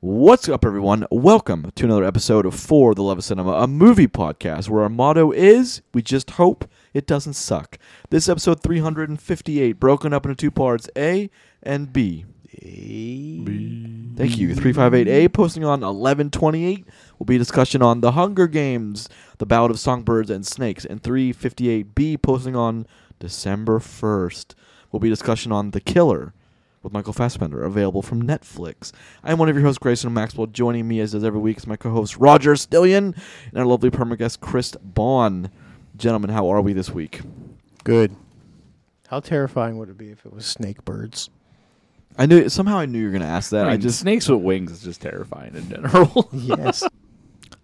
What's up, everyone? Welcome to another episode of For the Love of Cinema, a movie podcast where our motto is we just hope it doesn't suck. This episode 358, broken up into two parts A and B. Thank you. 358A posting on 1128 will be a discussion on The Hunger Games, The Ballad of Songbirds and Snakes, and 358B posting on December 1st will be a discussion on The Killer with Michael Fassbender, available from Netflix. I am one of your hosts, Grayson Maxwell. Joining me, as does every week, is my co-host Roger Stillion and our lovely perma guest Chris Bond. Gentlemen, how are we this week? Good. How terrifying would it be if it was snake birds? I knew somehow I knew you were going to ask that. I I mean, just snakes with wings is just terrifying in general. Yes.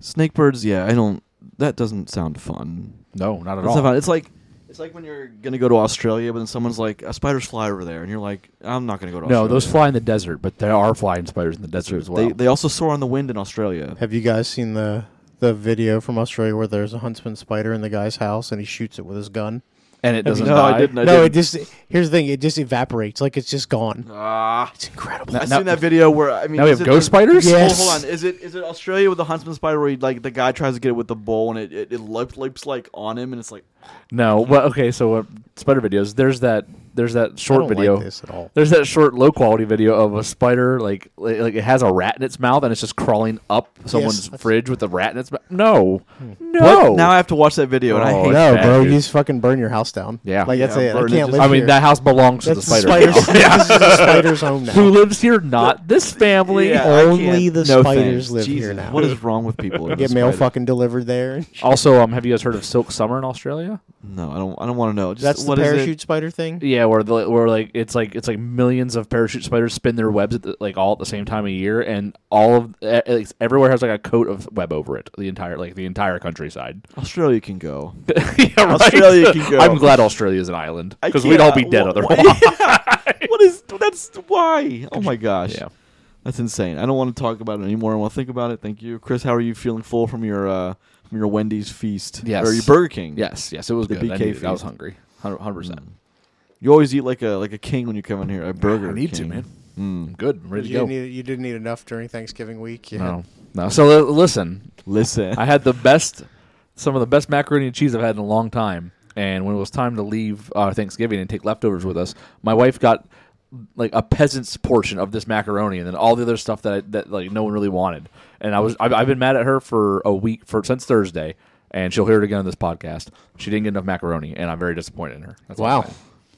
snake birds. Yeah, I don't. That doesn't sound fun. no, not at That's all. not fun. It's like it's like when you're gonna go to Australia, but then someone's like, "A spiders fly over there," and you're like, "I'm not gonna go to." no, Australia. those fly in the desert, but there are flying spiders in the desert as well. They they also soar on the wind in Australia. Have you guys seen the the video from Australia where there's a huntsman spider in the guy's house and he shoots it with his gun? and it Have doesn't you- No, I die. didn't. I no, didn't. it just here's the thing, it just evaporates like it's just gone. Ah, It's incredible. I've now- seen that video where I mean, Now we is have it ghost the- spiders. Yeah. Oh, Yes. hold on. Is it is it Australia with the huntsman spider where he, like the guy tries to get it with the bowl and it it, it leaps, leaps like on him and it's like No. Well, okay. So uh, spider videos. There's that. There's that I short don't video. like this at all. There's that short, low quality video of a spider like like, like it has a rat in its mouth and it's just crawling up someone's that's- fridge with a rat in its mouth. No, what? no. Now I have to watch that video and I Oh, hate. it's No, bad, bro, dude. you just fucking burn your house down. Yeah. Like that's Yeah, it. I burn it. can't live I mean here. that house belongs to the that's spider. spider's, now. Yeah. this is the spider's home now. Who lives here? Not this family. Yeah, I Only can't. the No spiders thanks. live here Jesus, now. what is wrong with people? and Get mail spiders? fucking delivered there. Also, um, have you guys heard of Silk Summer in Australia? No, I don't. I don't want to know. Just, That's the what is it? parachute spider thing. Yeah, where the where like it's like it's like millions of parachute spiders spin their webs at the, like all at the same time of year, and all of e- it's, everywhere has like a coat of web over it. The entire like the entire countryside. Australia can go. yeah, right? Australia can go. I'm glad Australia's an island I because we'd all be can't- dead wha- otherwise. wha- what is that's why? Oh my gosh. Yeah. That's insane. I don't want to talk about it anymore. I want to think about it. Thank you. Chris, how are you feeling full from your uh from your Wendy's feast? Yes. Or your Burger King. Yes, yes, it was The good. I, BK needed- I was feast. hungry, hundred percent. You always eat like a like a king when you come in here. A Mm. burger. I need to, king. man. Mm. I'm good. I'm ready You to go. didn't, eat, you didn't eat enough during Thanksgiving week. Yeah. No, no. So li- listen, Listen. I had the best, some of the best macaroni and cheese I've had in a long time. And when it was time to leave uh, Thanksgiving and take leftovers with us, my wife got like a peasant's portion of this macaroni, and then all the other stuff that I, that like no one really wanted. And I was I've, I've been mad at her for a week for since Thursday, and she'll hear it again on this podcast. She didn't get enough macaroni, and I'm very disappointed in her. That's all I'm Wow. saying.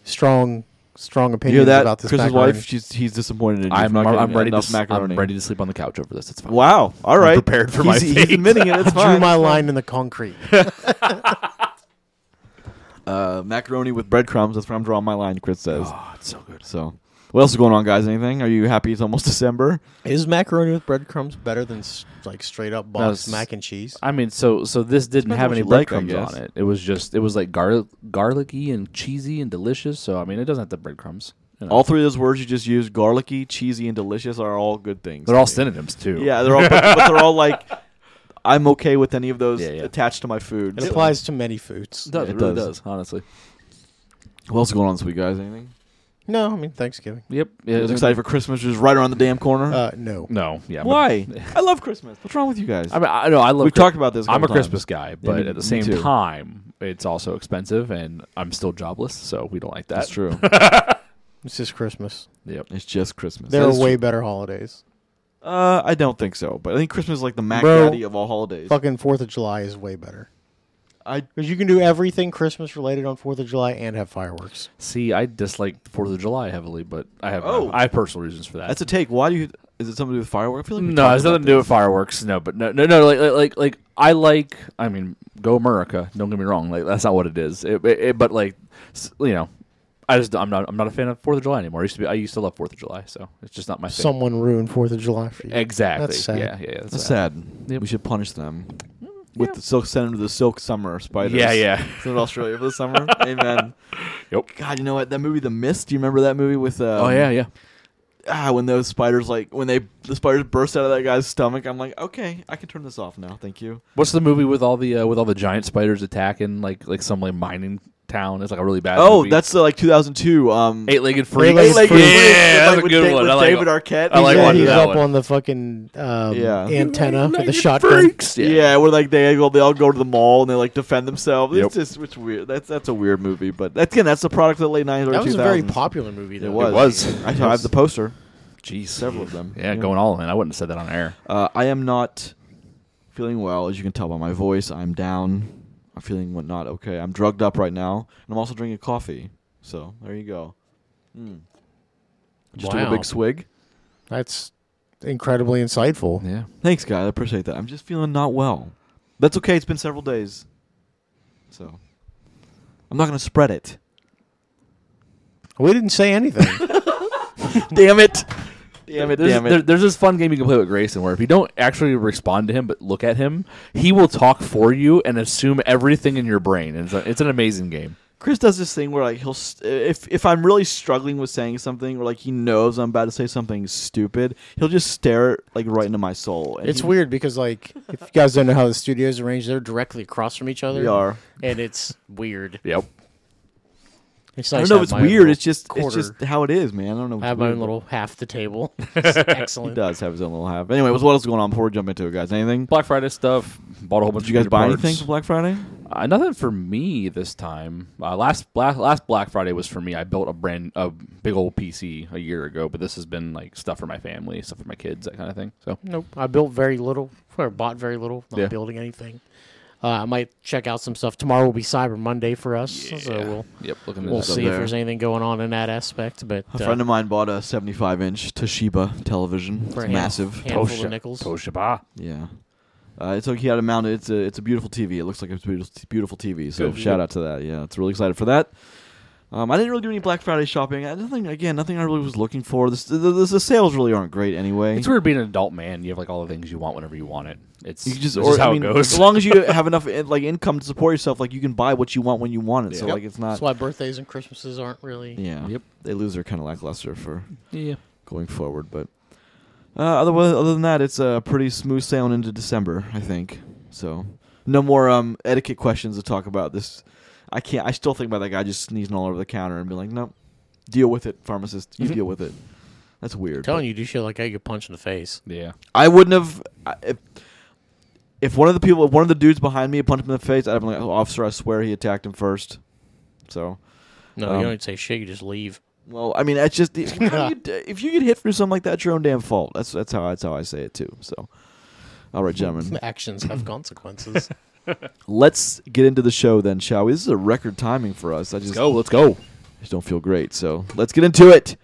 Strong, strong you hear opinions that? about this Chris's macaroni. wife, she's he's disappointed in you. for I'm, not I'm, getting ready to enough s- macaroni. I'm ready to sleep on the couch over this. It's fine. Wow. All right. prepared for he's, my He's fate. admitting it. It's Drew fine. my line in the concrete. uh, macaroni with breadcrumbs. That's where I'm drawing my line. Chris says. Oh, it's so good. So, what else is going on, guys? Anything? Are you happy? It's almost December. Is macaroni with breadcrumbs better than s- like straight up box s- mac and cheese? I mean, so so this didn't Depends have what any you like, I breadcrumbs on guess. it. It was just it was like garlic, garlicky and cheesy and delicious. So I mean, it doesn't have the breadcrumbs. you know. All three of those words you just used, garlicky, cheesy, and delicious, are all good things. they're all synonyms too. Yeah, they're all, but, but they're all like, I'm okay with any of those Yeah, yeah. attached to my food. It So- applies to many foods. it does. It It, really does. does. Honestly. What else is going on this week, guys? Anything? No, I mean Thanksgiving. Yep. I was excited for Christmas, which is right around the damn corner. Uh, no. No. Yeah. but- Why? I love Christmas. What's wrong with you guys? I mean, I know I love. We've Chri- talked about this. I'm a couple times. Christmas guy, Yeah, but me- at me the same too. time, it's also expensive, and I'm still jobless, so we don't like that. That's true. It's just Christmas. Yep. it's just Christmas. There That are is way better holidays. true. Uh, I don't think so, but I think Christmas is like the mac Bro, daddy of all holidays. Fucking Fourth of July is way better I because you can do everything Christmas related on Fourth of July and have fireworks. See, I dislike the Fourth of July heavily, but I have Oh. I have personal reasons for that. that's a take. Why do you? Is it something to do with fireworks? I feel like we No, it talked has nothing about to do this. with fireworks. No, but no, no, no. Like, like, like, like, I like. I mean, go America. Don't get me wrong. Like, that's not what it is. It, it, it- but like, s- you know, I just, I'm not, I'm not a fan of Fourth of July anymore. I used to be, I used to love Fourth of July. So it's just not my thing. Someone ruined Fourth of July for you. exactly. That's sad. Yeah, yeah, yeah. That's, That's sad. sad. Yep. We should punish them with yeah. the silk send them to the silk summer spiders. Yeah, yeah. Send them to Australia for the summer. Amen. Yep. God, you know what? That movie, The Mist. Do you remember that movie with? Um, oh yeah, yeah. Ah, when those spiders like when they the spiders burst out of that guy's stomach. I'm like, okay, I can turn this off now. Thank you. What's the movie with all the uh, with all the giant spiders attacking like like some like mining town. It's like a really bad. Oh, movie. that's uh, like 2002. Um, eight-legged freak. Eight-Legged Eight-Legged Freak. Freak, Yeah, with, that's a with good Da- one. with I like David that. Arquette. I like yeah, watching he's that up one. on the fucking um, Yeah. antenna with the Eight-Legged shotgun. Freaks. Yeah. where like they go, they all go to the mall and they like defend themselves. Yep. It's just it's weird. That's that's a weird movie, but that's again that's the product of the late nineties or That two was a thousands. very popular movie. Though. It was. was. I, I have the poster. Jeez, Several of them. Yeah, going all in. I wouldn't have said that on air. Uh, I am not feeling well, as you can tell by my voice. I'm down. I'm feeling what not okay. I'm drugged up right now, and I'm also drinking coffee. So there you go. Mm. Just took a Wow. big swig. That's incredibly insightful. Yeah. Thanks, guys. I appreciate that. I'm just feeling not well. That's okay. It's been several days, so I'm not gonna spread it. We didn't say anything. Damn it! Damn it! There's, Damn it! there- there's this fun game you can play with Grayson where if you don't actually respond to him but look at him, he will talk for you and assume everything in your brain. And it's, a, it's an amazing game. Chris does this thing where like he'll st- if if I'm really struggling with saying something or like he knows I'm about to say something stupid, he'll just stare like right into my soul. and it's he- weird because like if you guys don't know how the studios arranged, they're directly across from each other. They are. and it's weird. Yep. It's I don't nice to know. have It's my own weird. little It's just it's quarter. just how it is, man. I don't know. I it's have my weird, own but little half the table. It's He excellent. does have his own little half. Anyway, what else is going on before we jump into it, guys? Anything? Black Friday stuff. Bought a whole bunch Did you guys of buy parts. anything for Black Friday? Uh, nothing for me this time. Uh, last black last Black Friday was for me. I built a brand a big old PC a year ago, but this has been like stuff for my family, stuff for my kids, that kind of thing. So Nope. I built very little or bought very little. Not Yeah. building anything. Uh, I might check out some stuff. Tomorrow will be Cyber Monday for us, so we'll yep. Looking we'll at stuff see there. if there's anything going on in that aspect. But A uh, friend of mine bought a 75 inch Toshiba television. It's for a hand- massive. handful of nickels. Toshiba. Yeah. Uh, it's he had it mounted. It's a it's a beautiful TV. It looks like it's a beautiful, beautiful TV. So Good. shout out to that. Yeah, it's really excited for that. Um, I didn't really do any Black Friday shopping. I, nothing again. Nothing I really was looking for. This the, the, the sales really aren't great anyway. It's weird being an adult man. You have like all the things you want whenever you want it. It's you can just just, this or, is how I mean, it goes. as long as you have enough in- like income to support yourself, like you can buy what you want when you want it. So Yeah. like it's not. That's why birthdays and Christmases aren't really. Yeah. Yep. They lose their kind of lackluster for yeah. going forward, but uh, otherwise, other than that, it's a pretty smooth sailing into December, I think. So no more um, etiquette questions to talk about. This I can't. I still think about that guy just sneezing all over the counter and being like, "No, deal with it, pharmacist. You Mm-hmm. Mhm. deal with it." That's I'm weird. telling you, do shit like I get punched in the face. Yeah. I wouldn't have. I- If, if one of the people, if one of the dudes behind me had punched him in the face, I'd have been like, oh, "Officer, I swear he attacked him first. So No, Um, you don't say shit. You just leave. Well, I mean, that's just the, how do you d- if you get hit for something like that, it's your own damn fault. That's that's how that's how I say it too. So, all right, gentlemen, Actions have consequences. let's get into the show then, shall we? This is a record timing for us. I just, Let's go. Let's go. just don't feel great, so let's get into it.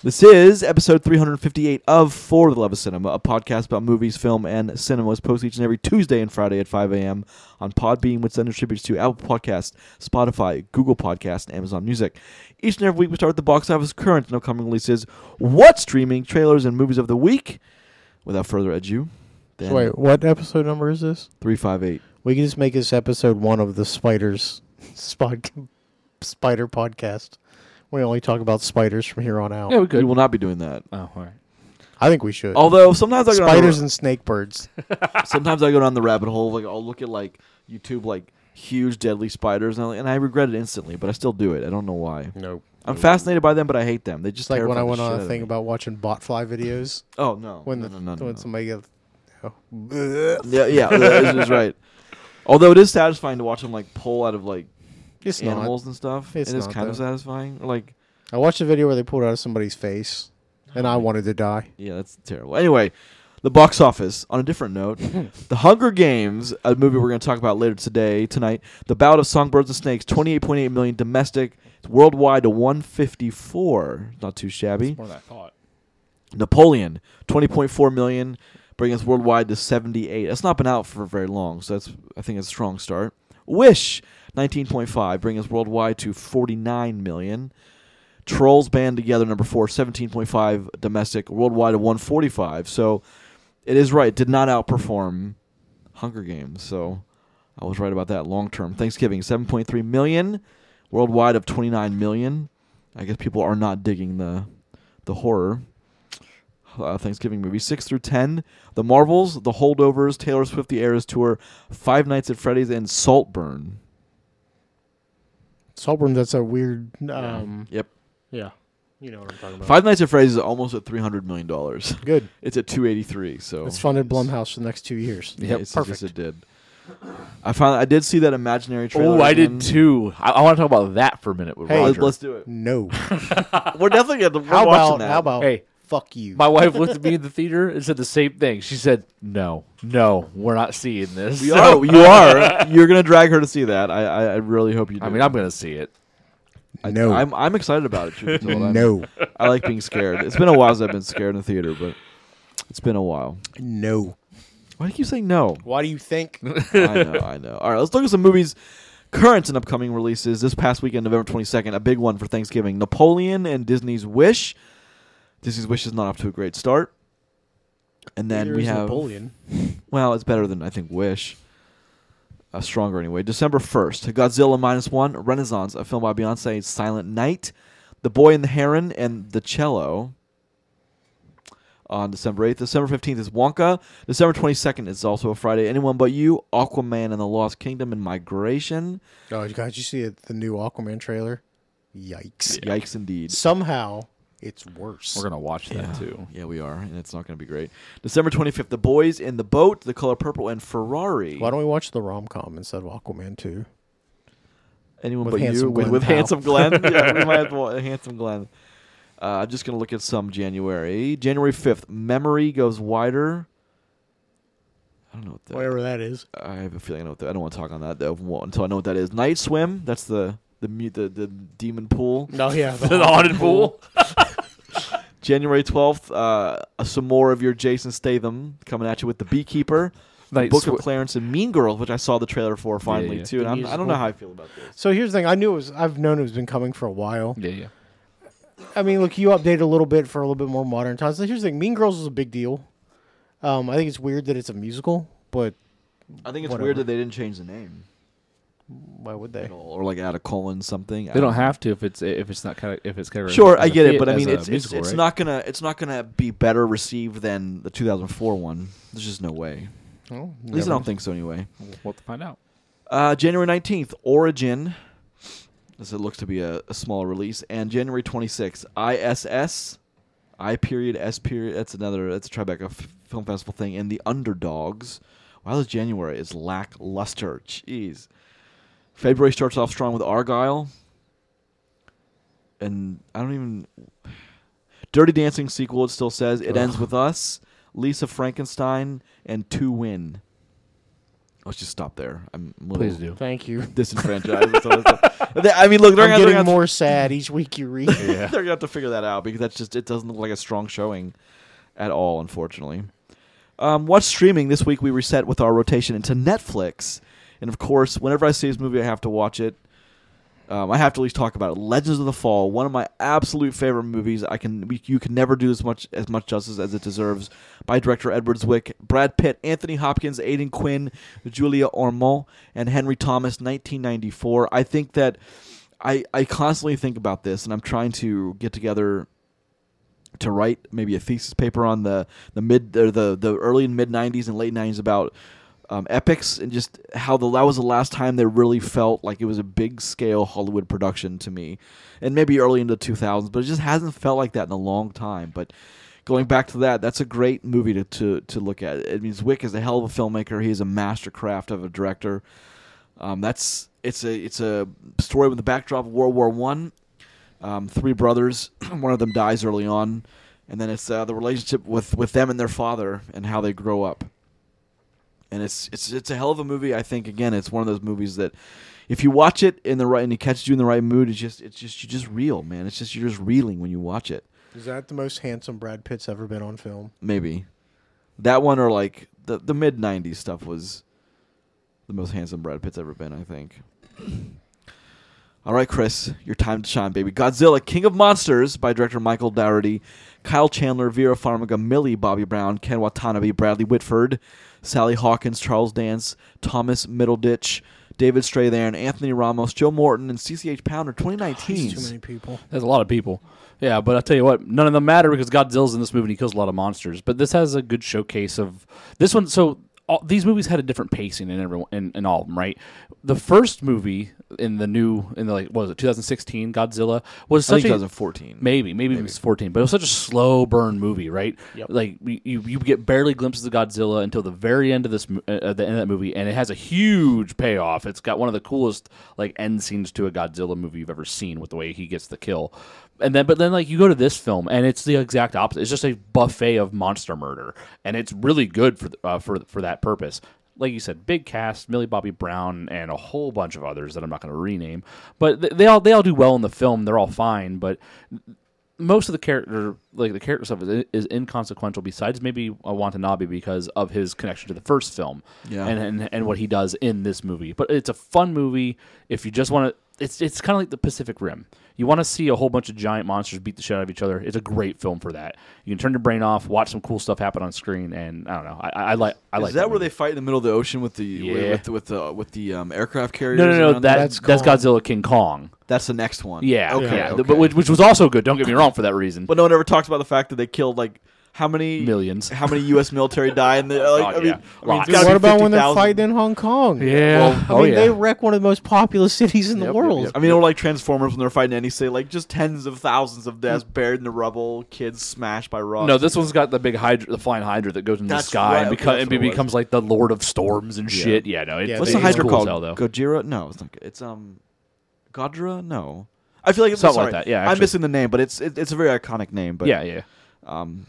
This is episode 358 of For the Love of Cinema, a podcast about movies, film, and cinema. It's posted each and every Tuesday and Friday at 5 a.m. on Podbean, which then distributes to Apple Podcasts, Spotify, Google Podcasts, and Amazon Music. Each and every week, we start with the box office, current, and upcoming releases, what's streaming, trailers, and movies of the week. Without further ado, then Wait, what episode number is this? 358. We can just make this episode one of the spiders, spod, spider podcast. We only talk about spiders from here on out. Yeah, we We could. will not be doing that. Oh, all right. I think we should. Although sometimes I go down the- spiders and snake birds. sometimes I go down the rabbit hole. Like I'll look at like YouTube like huge deadly spiders, and, I, and I regret it instantly. But I still do it. I don't know why. Nope. I'm fascinated by them, but I hate them. They just It's like when terrify I the went shit on out a of thing me. about watching botfly videos. Oh no! When no, the no, no, no, when no. somebody got oh. yeah yeah that is right. Although it is satisfying to watch them like pull out of like it's animals and stuff. It's it is not, kind of though. satisfying. Like Not. I watched a video where they pulled out of somebody's face, and Oh. I wanted to die. yeah, that's terrible. Anyway. The box office. On a different note, The Hunger Games, a movie we're going to talk about later today, tonight. The Bout of Songbirds and Snakes, 28.8 million domestic, it's worldwide to 154. Not too shabby. More than I thought. Napoleon, 20.4 million, bringing us worldwide to 78. That's not been out for very long, so that's I think it's a strong start. Wish, 19.5, bringing us worldwide to 49 million. Trolls Band Together, number four, 17.5 domestic, worldwide to 145. So it is right, it did not outperform Hunger Games, so I was right about that long term. Thanksgiving, 7.3 million, worldwide of 29 million. I guess people are not digging the the horror uh, Thanksgiving movies. Six through ten: The Marvels, The Holdovers, Taylor Swift: The Eras Tour, Five Nights at Freddy's, and Saltburn. Saltburn, that's a weird. Um, Yep. yeah. You know what I'm talking about. Five Nights at Freddy's is almost at three hundred million dollars. Good. It's at two eighty three. So It's funded Blumhouse for the next two years. Oh, Yeah, Yep, it's perfect. Just, it did. I found I did see that imaginary trailer. Oh, I did again. too. I, I want to talk about that for a minute with Hey. Let's- Roger. Let's do it. No. We're definitely gonna. We're How watching about? that. How about? Hey. fuck you. My wife looked at me in the theater and said the same thing. She said, "No, no, we're not seeing this." We So- are. You are. You're gonna drag her to see that. I. I, I really hope you. Do. I mean, I'm gonna see it. I- no. I'm. I'm excited about it. truth be told. I'm- no. I like being scared. It's been a while since I've been scared in the theater, but it's been a while. No. Why do you keep saying no? Why do you think? I know, I know. All right, let's look at some movies, current and upcoming releases. This past weekend, November 22nd, a big one for Thanksgiving Napoleon and Disney's Wish. Disney's Wish is not off to a great start. And then we have. Napoleon. Well, it's better than, I think, Wish. Uh, stronger anyway. December 1st, Godzilla Minus One, Renaissance, a film by Beyonce, Silent Night, The Boy and the Heron, and The Cello. On December 8th. December 15th is Wonka. December 22nd is also a Friday. Anyone But You, Aquaman and the Lost Kingdom and Migration. Oh God! You see it, the new Aquaman trailer? Yikes! Yikes indeed. Somehow it's worse. We're gonna watch that Yeah. too. Yeah, we are, and it's not going to be great. December 25th, The Boys in the Boat, The Color Purple, and Ferrari. Why don't we watch the rom com instead of Aquaman too? Anyone With but you Handsome with, Glenn with Powell. handsome Glenn. yeah, we might have to, wa- handsome Glenn. Uh, I'm just gonna look at some January. January 5th, memory goes wider. I don't know what that. Whatever that is. I have a feeling I know what that. I don't want to talk on that though wa- until I know what that is. Night swim. That's the the mu- the, the demon pool. No, yeah, The haunted pool. January 12th, uh, some more of your Jason Statham coming at you with the Beekeeper, Night Book Swi- of Clarence, and Mean Girls, which I saw the trailer for finally yeah. too. And The I'm, I don't know musical. how I feel about this. So here's the thing. I knew it was. I've known it's been coming for a while. Yeah, yeah. I mean, look, you update a little bit for a little bit more modern times. Here's the thing. Mean Girls is a big deal. Um, I think it's weird that it's a musical, but I think it's Whatever. weird that they didn't change the name. why would they? at all, or like add a colon something. They don't have to if it's if it's not kind of if it's categorized. Sure, as I a get it, thea- but I as mean, a it's musical, it's, it's right? not gonna it's not gonna be better received than the 2004 one. There's just no way. Oh, At least never- I don't think so. Anyway, We'll have to find out. uh, January 19th, Origin. As it looks to be a, a small release, and January 26th, ISS, I period S period. That's another. That's a Tribeca F- Film Festival thing, and the Underdogs. Wow, this January is lackluster. Jeez. February starts off strong with Argyle. And I don't even. Dirty Dancing sequel, it still says. It ends with us, Lisa Frankenstein, and Two Win. Let's just stop there. I'm a little Please do. Thank you. disenfranchised. with some of the stuff. They- I mean, look, they're I'm going to getting have to- more sad each week you read. it. they're gonna have to figure that out because that's just, it doesn't look like a strong showing at all, unfortunately. Um, what's streaming this week? We reset with our rotation into Netflix, and of course, whenever I see this movie, I have to watch it. Um, I have to at least talk about it. Legends of the Fall, one of my absolute favorite movies. I can we, you can never do as much as much justice as it deserves by director Edward Zwick, Brad Pitt, Anthony Hopkins, Aidan Quinn, Julia Ormond, and Henry Thomas, 1994. I think that I I constantly think about this, and I'm trying to get together to write maybe a thesis paper on the the mid or the the early and mid '90s and late '90s about um, epics and just how the that was the last time they really felt like it was a big scale Hollywood production to me, and maybe early into 2000s, but it just hasn't felt like that in a long time. But going back to that, that's a great movie to to, to look at. It means Wick is a hell of a filmmaker. He is a master craft of a director. Um, that's it's a it's a story with the backdrop of World War One. Um, three brothers, one of them dies early on, and then it's uh, the relationship with with them and their father and how they grow up. And it's it's it's a hell of a movie. I think again, it's one of those movies that if you watch it in the right and it catches you in the right mood, it's just it's just you just reel, man. It's just you're just reeling when you watch it. Is that the most handsome Brad Pitt's ever been on film? Maybe that one or like the the mid '90s stuff was the most handsome Brad Pitt's ever been. I think. All right, Chris, your time to shine, baby. Godzilla, King of Monsters by director Michael Dougherty, Kyle Chandler, Vera Farmiga, Millie Bobby Brown, Ken Watanabe, Bradley Whitford, Sally Hawkins, Charles Dance, Thomas Middleditch, David Strathairn, Anthony Ramos, Joe Morton, and CCH Pounder. 2019. Jeez, too many people. There's a lot of people. Yeah, but I'll tell you what, none of them matter because Godzilla's in this movie and he kills a lot of monsters. But this has a good showcase of this one. So all, these movies had a different pacing in everyone in, in all of them, right? The first movie in the new in the like what was it 2016 Godzilla was I think such a 2014. Maybe, maybe, it was 14, but it was such a slow burn movie, right? Like we- you, you get barely glimpses of Godzilla until the very end of this, mo- uh, at the end of that movie, and it has a huge payoff. It's got one of the coolest like end scenes to a Godzilla movie you've ever seen, with the way he gets the kill, and then but then like you go to this film, and it's the exact opposite. It's just a buffet of monster murder, and it's really good for th- uh, for for that purpose like you said, big cast, Millie Bobby Brown, and a whole bunch of others that I'm not going to rename. But th- they all they all do well in the film. They're all fine, but most of the character, like the character stuff, is, is inconsequential. Besides maybe uh, Watanabe because of his connection to the first film, Yeah. and, and and what he does in this movie. But it's a fun movie if you just want to. It's it's kind of like the Pacific Rim. You want to see a whole bunch of giant monsters beat the shit out of each other. It's a great film for that. You can turn your brain off, watch some cool stuff happen on screen, and I don't know. I, I, I like I like Is that, where movie. they fight in the middle of the ocean with the Yeah. with, with, with the with the um, aircraft carriers? No, no, no. around That, there? that's, That's Godzilla King Kong. that's the next one. Yeah. Okay. yeah. okay. But which, which was also good. Don't get me wrong for that reason. But no one ever talks about the fact that they killed like how many Millions. how many U.S. military died. And they, like, Oh, I mean, yeah. I mean, it's Lots. Dude, gotta what be about when they're 50,000. fighting in Hong Kong? Oh, yeah. I Oh, mean, they wreck one of the most populous cities in the Yep, yep, world. yep. I mean, or like Transformers when they're fighting any say like just tens of thousands of deaths buried in the rubble, kids smashed by rocks. no, this one's got the big hydra, the flying hydra that goes in the That's sky right, and, okay, beco- that's and what it was. becomes like the Lord of Storms and Yeah. shit. Yeah, no, it, Yeah, What's they- the it's Hydra cool called? As hell, though. Gojira? No, it's not. good. It's um, Godra? No, I feel like it's Something sorry, like that, yeah, I'm actually. missing the name, but it's it, it's a very iconic name. But yeah, yeah. um,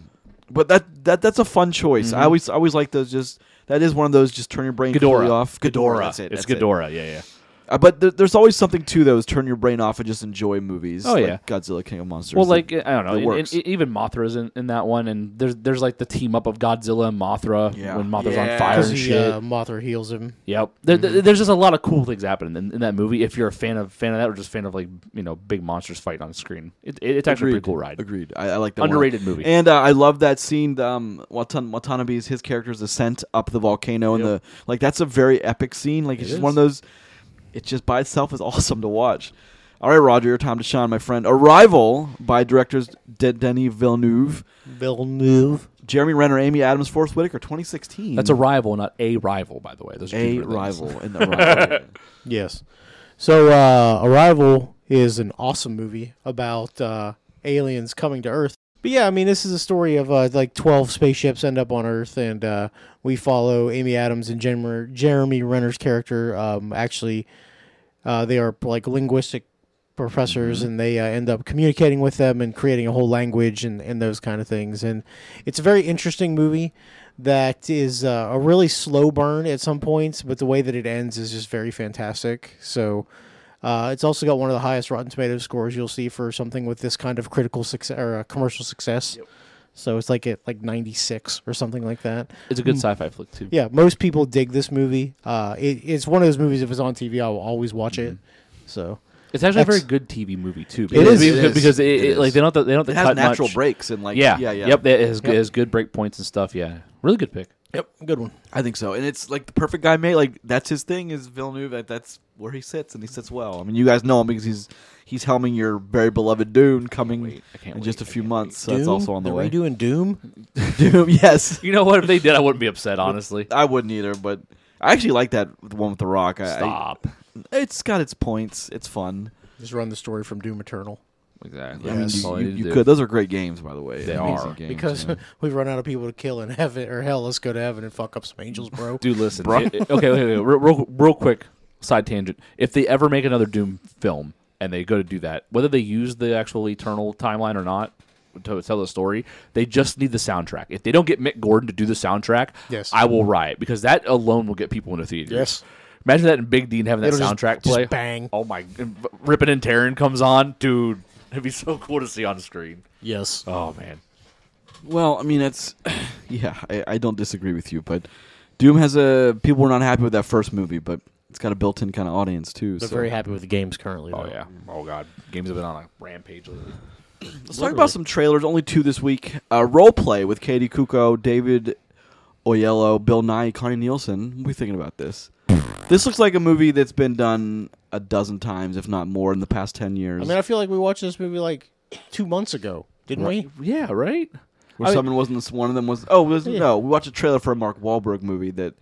but that that that's a fun choice. I always I always like those. Just that is one of those. Just turn your brain Mm-hmm. Ghidorah. completely off. Ghidorah. That's it. It's that's it. Ghidorah. Yeah, yeah. Uh, but there, there's always something to those. Turn your brain off and just enjoy movies. Oh, like yeah. Godzilla King of Monsters. Well, like I don't know, it and- works. and even Mothra's in, in that one, and there's there's like the team up of Godzilla and Mothra Yeah. when Mothra's Yeah. on Mm-hmm. fire Because and he, shit. uh, Mothra heals him. Yep. There, there- There's just a lot of cool things happening in, in that movie. If you're a fan of fan of that, or just fan of like you know big monsters fighting on screen, it, it- it's actually a Agreed. pretty cool ride. Agreed. I, I like that. one. Underrated movie. And uh, I love that scene. the, Um, Watan- Watanabe's his character's ascent up the volcano and the like. That's a very epic scene. Like it's It just one of those. It just by itself is awesome to watch. All right, Roger, your time to shine, my friend. Arrival by directors De- Denis Villeneuve, Villeneuve. Jeremy Renner, Amy Adams, Forrest Whitaker, 2016. That's a rival, not a rival, by the way. Those are two a different things. rival in the rival. Yes. So uh, Arrival is an awesome movie about uh, aliens coming to Earth. But yeah, I mean, this is a story of uh, like 12 spaceships end up on Earth, and uh, we follow Amy Adams and Jen- Jeremy Renner's character. Um, actually, uh, they are like linguistic professors, and they uh, end up communicating with them and creating a whole language and, and those kind of things. And it's a very interesting movie that is uh, a really slow burn at some points, but the way that it ends is just very fantastic. So uh, it's also got one of the highest Rotten Tomatoes scores you'll see for something with this kind of critical success or uh, commercial success. So it's like at like 96 or something like that. It's a good Hmm. sci-fi flick too. Yeah, most people dig this movie. Uh, it, it's one of those movies. If it's on TV, I will always watch it. So It's actually a Ex- very good TV movie too. is, because, it is, because it, it it- is. like they don't they don't It cut has natural much. breaks and like yeah, yeah, yeah. Yep, it has, it Yep. has good break points and stuff. Yeah, really good pick. yep, good one. I think so, and it's like the perfect guy made. Like that's his thing is Villeneuve. Like, that's where he sits, and he sits well. I mean, you guys know him because he's he's helming your very beloved Dune coming wait. I can't in just a wait. I few can't months. So that's also on the Are way. we doing Doom? Doom, yes, You know what? If they did, I wouldn't be upset. Honestly, I wouldn't either, but I actually like that the one with the Rock. I, I- stop. it's got its points. It's fun. Just run the story from Doom Eternal Exactly. I mean, Yes. That's all you, you, I need to you do. could. Those are great games, by the way. They Amazing are. games, because yeah. we've run out of people to kill in heaven or hell. Let's go to heaven and fuck up some angels, bro. Dude, listen. it- it- okay, wait, wait, wait, real, real, real quick side tangent. If they ever make another Doom film and they go to do that, whether they use the actual Eternal timeline or not to tell the story, they just need the soundtrack. If they don't get Mick Gordon to do the soundtrack, Yes. I will riot because that alone will get people into theaters. Yes. Imagine that in Big D and having that It'll just- soundtrack just play. bang. Oh my! Rippin' and Terran comes on, dude. It'd be so cool to see on screen. yes. Oh man. Well, I mean, it's yeah. I, I don't disagree with you, but Doom has a people were not happy with that first movie, but it's got a built-in kind of audience too. They're so. very happy with the games currently. Oh though. yeah. Oh god. Games have been on a rampage lately. Let's talk about some trailers. Only two this week. Uh, role play with Katie Kuko, David Oyello, Bill Nye, Connie Nielsen. What are we thinking about this? this looks like a movie that's been done a dozen times, if not more, in the past ten years. I mean, I feel like we watched this movie like two months ago, didn't we? Yeah. Right. Where I mean- someone wasn't this- one of them was. Oh, was, Yeah. no, we watched a trailer for a Mark Wahlberg movie that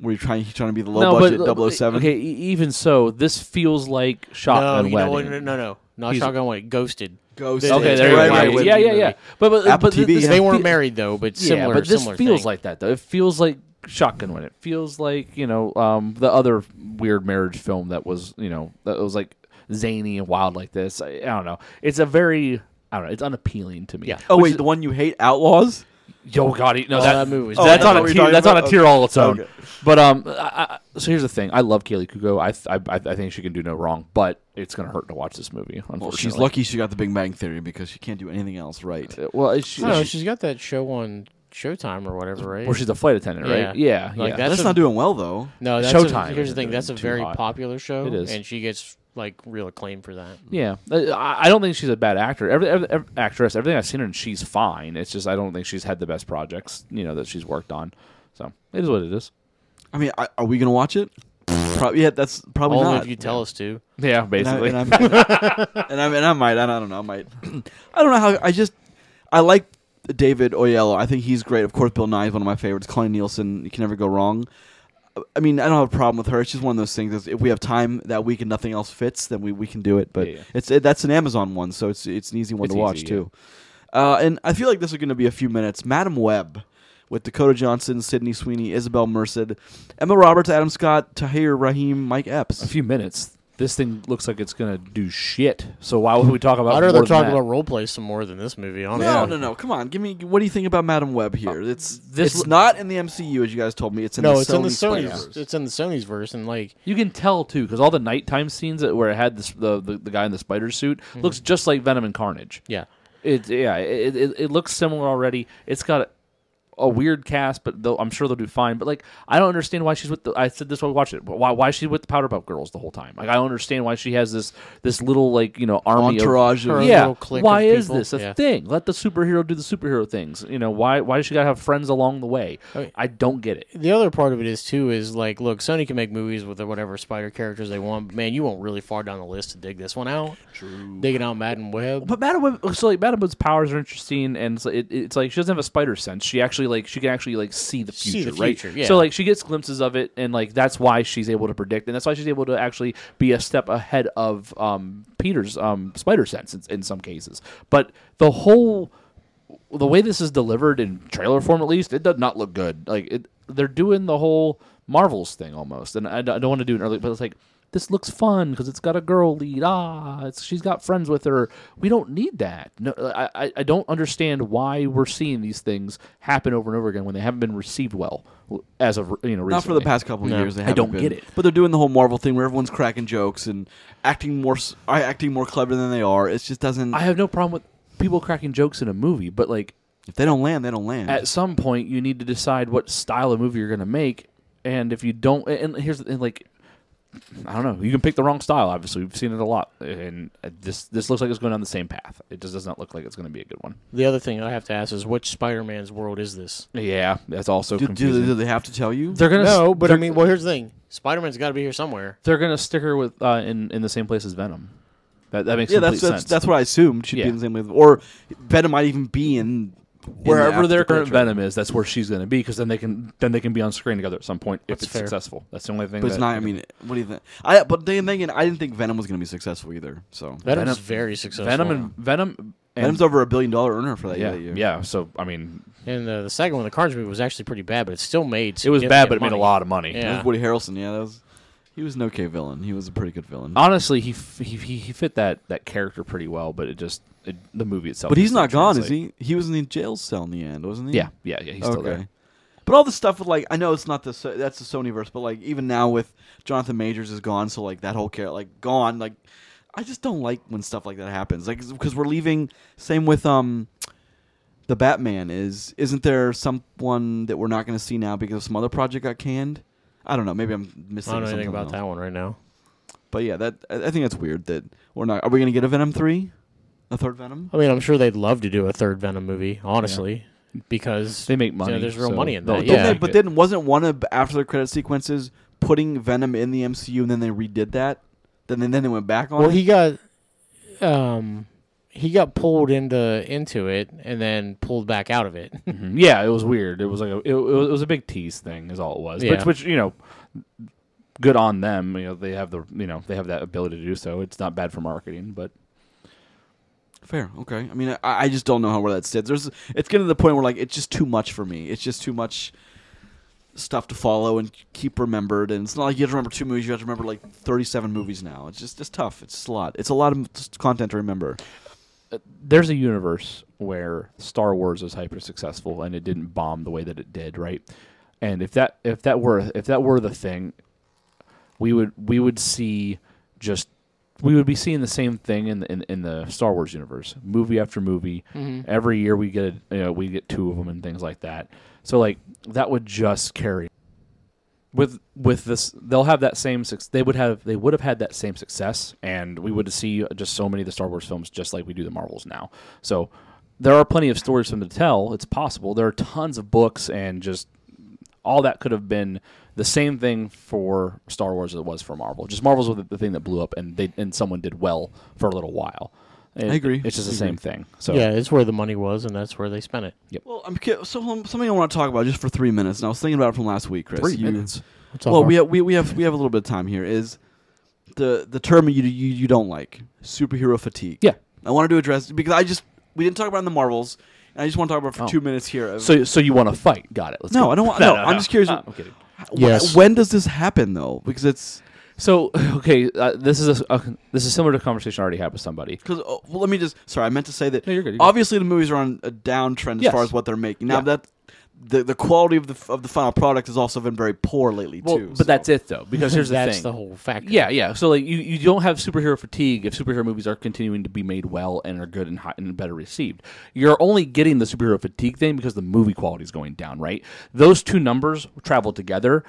where you're trying he's trying to be the low no, budget but, 007. Okay, e- even so, this feels like No, shotgun you know wedding. what? No, no, no, not He's- shotgun wedding. Ghosted. Ghost. Okay, Okay, It's there you right, go. right, Right, with yeah, the yeah, movie. yeah. But but, Apple but thi- TV, this yeah. They weren't fe- married though, but Yeah, similar. but this similar feels thing. like that though. It feels like shotgun wedding. It feels like you know um, the other weird marriage film that was you know that was like zany and wild like this. I, I don't know. It's a very I don't know. It's unappealing to me. Yeah. Oh Which wait, is- the one you hate, Outlaws. Yo, God, he- no, Oh, that, that movie was- that's Oh, on that's what a you're tier. talking That's on a about? tier all its own. Okay. But um, I, I, so here's the thing. I love Kaylee Kugo. I, th- I I I think she can do no wrong. But it's gonna hurt to watch this movie. Unfortunately, Well, she's lucky she got the Big Bang Theory because she can't do anything else right. Uh, Well, it's- she, I don't know, she- she's got that show on Showtime or whatever, right? well, she's a flight attendant, right? Yeah, yeah. Like That's, That's a- not doing well though. no, that's a- Showtime here's the isn't thing. doing That's a too very hot. popular show, It is. and she gets like real acclaim for that. Yeah, Uh, I I don't think she's a bad actor. Every, every, every- actress, everything I've seen her, in, she's fine. It's just I don't think she's had the best projects, you know, that she's worked on. So it is what it is. I mean, I, are we gonna watch it? Pro- yeah, that's probably Only not. if you tell us to. Yeah, And I- basically. And I, and, I, and, I, and I might. I don't, I don't know. I might. I don't know how. I just. I like David Oyelowo. I think he's great. Of course, Bill Nye is one of my favorites. Colleen Nielsen, you can never go wrong. I mean, I don't have a problem with her. It's just one of those things. That if we have time that week and nothing else fits, then we, we can do it. But Yeah, yeah. it's it, that's an Amazon one, so it's it's an easy one It's to watch easy, yeah. too. Uh, and I feel like this is going to be a few minutes. Madam Web, with Dakota Johnson, Sydney Sweeney, Isabel Merced, Emma Roberts, Adam Scott, Tahir Rahim, Mike Epps. a few minutes. This thing looks like it's gonna do shit. So why would we talk about? I'd more rather than talk that? about role play some more than this movie. Honestly, No, no, no! Come on, give me. What do you think about Madam Web here? It's Uh, this this it's w- not in the MCU as you guys told me. It's in No, the it's Sony in the Sony's. Spider-Verse. It's in the Sony's verse, and like You can tell too, because all the nighttime scenes that, where it had this, the, the the guy in the spider suit looks just like Venom and Carnage. Mm-hmm. yeah, It yeah, it, it, it looks similar already. It's got a, a weird cast, but they'll, I'm sure they'll do fine. But like, I don't understand why she's with the. I said this while we watched it. But why why is she with the Powder Puff Girls the whole time? Like, I don't understand why she has this this little like you know army of- Entourage of- Her yeah. little clique Why of is people. this a Yeah. thing? Let the superhero do the superhero things. You know why why does she gotta have friends along the way? I mean- I don't get it. the other part of it is too is like, look, Sony can make movies with whatever spider characters they want. But man, you won't really far down the list to dig this one out. True. Digging out Madden Web. But Madam Web, so like Madam Web's powers are interesting, and it's, it, it's like she doesn't have a spider sense. She actually like she can actually like see the See future, the right? future, yeah. So like she gets glimpses of it, and like that's why she's able to predict, and that's why she's able to actually be a step ahead of um, Peter's um, spider sense in, in some cases. But the whole the way this is delivered in trailer form, at least, it does not look good. Like it, they're doing the whole Marvels thing almost, and I, d- I don't want to do an early, but it's like this looks fun because it's got a girl lead. Ah, it's, she's got friends with her. We don't need that. No, I, I- I don't understand why we're seeing these things happen over and over again when they haven't been received well w- as of you know recently. Not for the past couple of years. They haven't don't been. get it. But they're doing the whole Marvel thing where everyone's cracking jokes and acting more s- uh, acting more clever than they are. It just doesn't. I have no problem with people cracking jokes in a movie, but like if they don't land, they don't land. at some point you need to decide what style of movie you're going to make and if you don't and here's the thing like i don't know you can pick the wrong style obviously we've seen it a lot and uh, this this looks like it's going down the same path it just does not look like it's going to be a good one The other thing I have to ask is, which Spider Man's world is this? yeah that's also do, do, confusing do they have to tell you? they're going to No, but I mean, well, here's the thing: Spider Man's got to be here somewhere. they're going to stick her with uh, in in the same place as venom that, that makes yeah, that's complete that's, sense that's what I assumed. Should be Yeah. in the same way. Or Venom might even be in wherever in the their current afterpicture. venom is that's where she's going to be because then they can then they can be on screen together at some point if That's it's fair. successful that's the only thing But it's that- not. I mean, what do you think? I but then again, I didn't think Venom was going to be successful either. So Venom's Venom- very successful. venom and venom and, Venom's over a billion dollar earner for that yeah, that year. yeah so i mean And uh, the second one, the Carnage movie, was actually pretty bad, but it still made. It was bad, but it made a significant lot of money. money. That Yeah. was Woody Harrelson. Yeah, that was. He was an okay villain. He was a pretty good villain. Honestly, he, f- he he he fit that that character pretty well, but it just it, the movie itself. but he's just not didn't gone, is translate. he? He was in the jail cell in the end, wasn't he? Yeah, yeah, yeah. He's still okay. there. But all the stuff with like I know it's not the So- that's the Sonyverse, but like even now with Jonathan Majors is gone, so like that whole character like gone, like I just don't like when stuff like that happens, like because we're leaving. Same with um, the Batman is isn't there someone that we're not going to see now because some other project got canned? I don't know. Maybe I'm I missing don't know something anything about else. that one right now. But yeah, that I I think that's weird that we're not. Are we going to get a Venom three, a third Venom? I mean, I'm sure they'd love to do a third Venom movie, honestly, because They make know, money. there's real so money in they'll- that, they'll yeah. Don't they- make but it. then wasn't one of after the credit sequences putting Venom in the MCU and then they redid that? Then then they went back on. well, it? he got um he got pulled into into it and then pulled back out of it. Mhm. Yeah, it was weird. It was like a it, it was, it was a big tease thing, is all it was. Yeah. Which, which you know, good on them. You know, they have the you know they have that ability to do so. It's not bad for marketing, but Fair, okay. I mean, I, I just don't know how where that sits. There's, it's getting to the point where like it's just too much for me. It's just too much stuff to follow and keep remembered. And it's not like you have to remember two movies; you have to remember like 37 movies now. It's just, it's tough. It's a lot. It's a lot of s- content to remember. there's a universe where Star Wars was hyper successful and it didn't bomb the way that it did, right? And if that if that were if that were the thing, we would we would see just we would be seeing the same thing in the, in, in the Star Wars universe, movie after movie. Every year we get a, you know, we get two of them and things like that. So like that would just carry with with this they'll have that same suc- they would have they would have had that same success and we would see just so many of the Star Wars films just like we do the Marvels now. So there are plenty of stories for them to tell. It's possible. There are tons of books and just all that could have been the same thing for Star Wars as it was for Marvel. Just Marvel's was the thing that blew up and they and someone did well for a little while. It- agree. It's just the I agree. same thing. So Yeah, it's where the money was, and that's where they spent it. Well, I'm cu- so something I want to talk about just for three minutes, and I was thinking about it from last week, Chris. three You- minutes. That's all Well, far. we have, we we have we have a little bit of time here. Is the the term you you, you don't like superhero fatigue? Yeah. I wanted to address because I just we didn't talk about it in the Marvels, and I just want to talk about it for Oh. two minutes here. of- So so you want to fight? Got it. Let's No, go. I don't want- no, I'm just curious- Ah, I'm kidding. Wh- Yes. When does this happen though? Because it's So okay, uh, this is a, a- this is similar to a conversation I already had with somebody. because oh, well, let me just sorry, I meant to say that No, you're good, you're good. obviously the movies are on a downtrend as Yes. far as what they're making. Now Yeah. that the the quality of the f- of the final product has also been very poor lately Well, too. but so- that's it though, because here's the that's thing. the whole factor. yeah, yeah. So like you, you don't have superhero fatigue if superhero movies are continuing to be made well and are good and hot and better received. You're only getting the superhero fatigue thing because the movie quality is going down, right? Those two numbers travel together.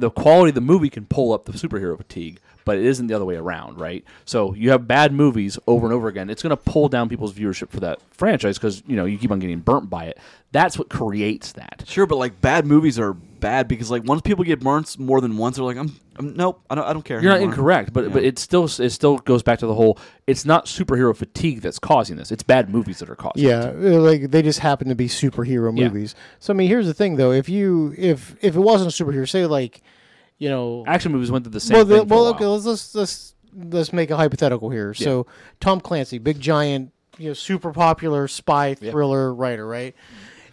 The quality of the movie can pull up the superhero fatigue, but it isn't the other way around, right? So you have bad movies over and over again. It's going to pull down people's viewership for that franchise because you know you keep on getting burnt by it. That's what creates that. Sure, but like bad movies are bad because like once people get burnt more than once, they're like, I'm, I'm nope, I don't, I don't care. You're not anymore. incorrect, but but it still it still goes back to the whole. It's not superhero fatigue that's causing this. It's bad movies that are causing. it. Yeah, uh, like they just happen to be superhero Yeah. movies. So I mean, here's the thing though: if you if if it wasn't superhero, say like, you know, action movies went through the same well, thing. for the, well, a while. okay, let's, let's let's let's make a hypothetical here. So Tom Clancy, big giant, you know, super popular spy thriller writer, right?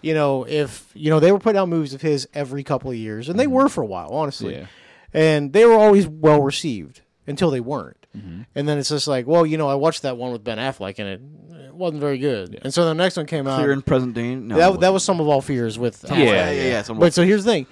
You know, if you know they were putting out movies of his every couple of years, and they were for a while, honestly, Mm-hmm. Yeah. and they were always well received until they weren't. Mm-hmm. And then it's just like, well, you know, I watched that one with Ben Affleck, and it, it wasn't very good. And so the next one came out. Clear and present day. No, that, that was some of all fears with Tom Yeah, yeah, Clancy. yeah, yeah. yeah. someone- But so here's the thing.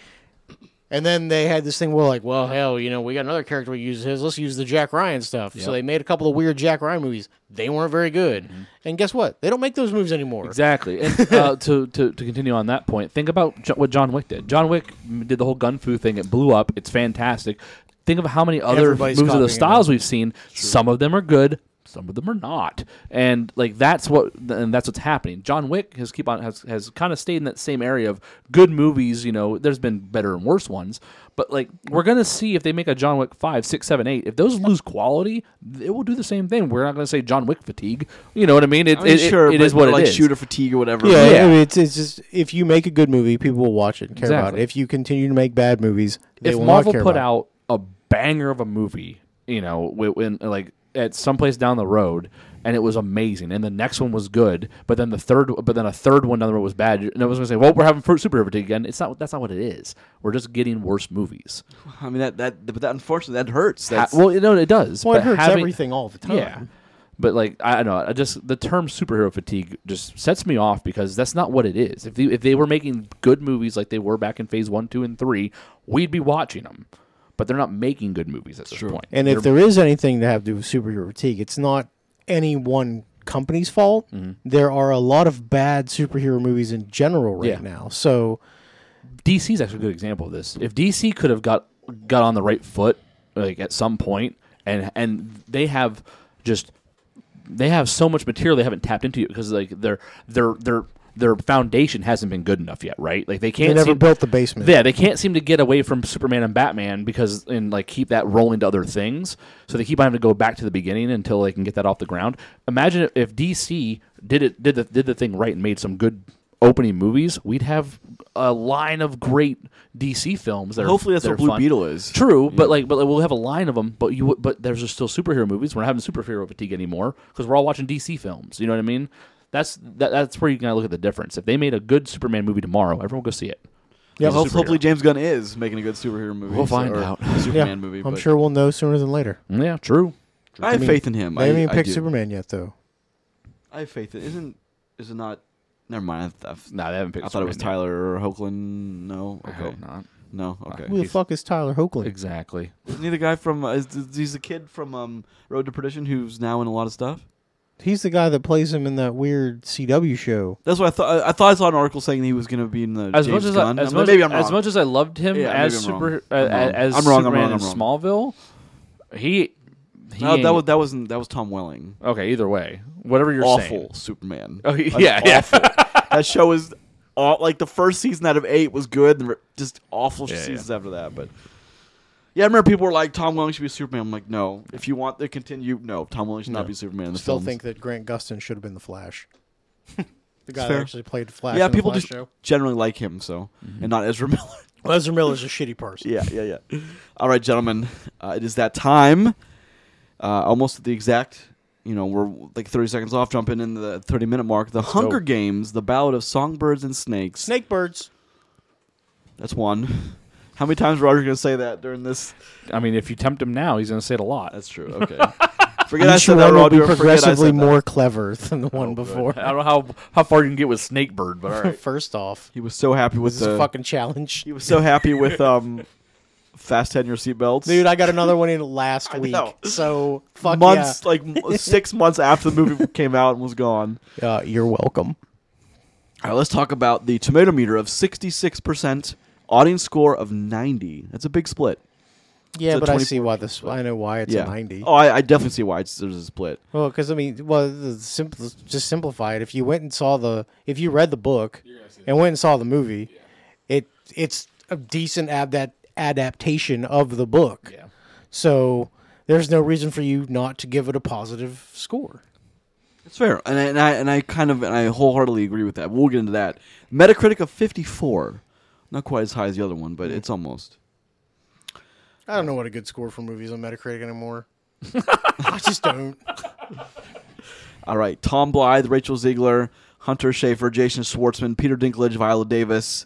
And then they had this thing where like, well, hell, you know, we got another character we use his. Let's use the Jack Ryan stuff. Yep. So they made a couple of weird Jack Ryan movies. They weren't very good. And guess what? They don't make those movies anymore. Exactly. And uh, to, to to continue on that point, think about jo- what John Wick did. John Wick m- did the whole gun foo thing. It blew up. It's fantastic. Think of how many other Everybody's movies of copying those it. styles we've seen. Some of them are good. Some of them are not. And like that's what and that's what's happening. John Wick has keep on has, has kind of stayed in that same area of good movies. You know, there's been better and worse ones. But like we're gonna see if they make a John Wick five, six, seven, eight. If those lose quality, it will do the same thing. We're not gonna say John Wick fatigue. You know what I mean? It, I mean, it- it- sure, it but is what like it is. shooter fatigue or whatever. Yeah, Yeah. I mean, it's, it's just if you make a good movie, people will watch it and care about Exactly. it. If you continue to make bad movies, they if will Marvel not care put out about a banger of a movie, you know, wi- when like at someplace down the road, and it was amazing, and the next one was good, but then the third, but then a third one down the road was bad, and I was gonna say, well, we're having first superhero fatigue again. It's not. That's not what it is. We're just getting worse movies. I mean that that but that unfortunately that hurts. Ha- That's, well, you know, it does. it. Well, it but hurts having- everything all the time. Yeah. But like I don't know, I just the term superhero fatigue just sets me off because that's not what it is. If they, if they were making good movies like they were back in phase one, two, and three, we'd be watching them. But they're not making good movies at this point. And if there is anything to have to do with superhero fatigue, it's not any one company's fault. Mm-hmm. There are a lot of bad superhero movies in general right Yeah. now. So DC's actually a good example of this. If DC could have got got on the right foot like at some point and and they have just they have so much material they haven't tapped into yet because like they're they're they're their foundation hasn't been good enough yet, right? Like they can't. They never seem- built the basement. yeah, they can't seem to get away from Superman and Batman because and like keep that rolling to other things. So they keep having to go back to the beginning until they can get that off the ground. Imagine if DC did it did the did the thing right and made some good opening movies. We'd have a line of great DC films. That are- Hopefully, that's that what are Blue fun. Beetle is. True, but like, but like, we'll have a line of them. But you, would- but there's just still superhero movies. We're not having superhero fatigue anymore because we're all watching DC films. You know what I mean? That's that, that's where you can look at the difference. If they made a good Superman movie tomorrow, everyone will go see it. Yeah, Well, superhero. hopefully, James Gunn is making a good superhero movie. We'll so- find or out. a Superman yeah, movie. I'm but sure we'll know sooner than later. Mm, Yeah, true. I have I mean, faith in him. They I haven't even I picked do. Superman yet, though. I have faith. In, isn't is it not? Never mind. I, I've- No, they haven't picked. I thought it was Superman Tyler or Hoechlin. No. yet. I Okay. hope not. No. Okay. Who the he's- fuck is Tyler Hoechlin? Exactly. Isn't he the guy from? Uh, is, he's the kid from um, Road to Perdition who's now in a lot of stuff. He's the guy that plays him in that weird CW show. That's what I thought. I, I thought I saw an article saying he was going to be in the As James much as Gunn. I, as I'm much, like, maybe I'm wrong. as much as I loved him Yeah, as maybe I'm super wrong. uh, I'm wrong. as I'm wrong, I'm Superman wrong, in I'm Smallville, he he no, that ain't- was that wasn't that was Tom Welling. okay. Either way, whatever you're awful saying. Superman. Oh, That's yeah, yeah. awful. that show is aw- like the first season out of eight was good, and re- just awful Yeah, seasons after that. But yeah, I remember people were like, "Tom Welling should be Superman." I'm like, "No, if you want to continue, no, Tom Welling should not No. be Superman." In I the still films. think that Grant Gustin should have been the Flash. the guy It's that fair. actually played Flash. yeah, in the people Flash just show. generally like him, so Mm-hmm. and not Ezra Miller. Well, Ezra Miller's a shitty person. yeah, yeah, yeah. All right, gentlemen, uh, it is that time. Uh, almost at the exact, you know, we're like 30 seconds off, jumping in the 30 minute mark. The Hunger go. Games, the Ballad of Songbirds and Snakes. Snake birds. That's one. How many times is Roger gonna say that during this? I mean, if you tempt him now, he's going to say it a lot. That's true. Okay. Forget I said that, will be Roger. Forget I progressively said that. Oh, more clever than the one before. I don't know how how far you can get with Snakebird, but all right. First off, He was so happy with this is the. a fucking challenge. he was so happy with um, fast ten your seatbelts. Dude, I got another one in last week. know. So fuck months like m- six months after the movie came out and was gone. yeah. Uh, you're welcome. All right, let's talk about the tomato meter of sixty six percent, audience score of ninety. That's a big split. Yeah, So but I 20 see why this. I know why it's yeah, a ninety. Oh, I, I definitely see why it's there's a split. Well, because I mean, well, the simple, just simplify it. If you went and saw the, if you read the book and went and saw the movie, it it's a decent ab- that adaptation of the book. Yeah. So there's no reason for you not to give it a positive score. It's fair, and I, and I and I kind of and I wholeheartedly agree with that. We'll get into that. Metacritic of fifty four, not quite as high as the other one, but it's almost. I don't know what a good score for movies on Metacritic anymore. I just don't. All right, Tom Blythe, Rachel Ziegler, Hunter Schafer, Jason Schwartzman, Peter Dinklage, Viola Davis.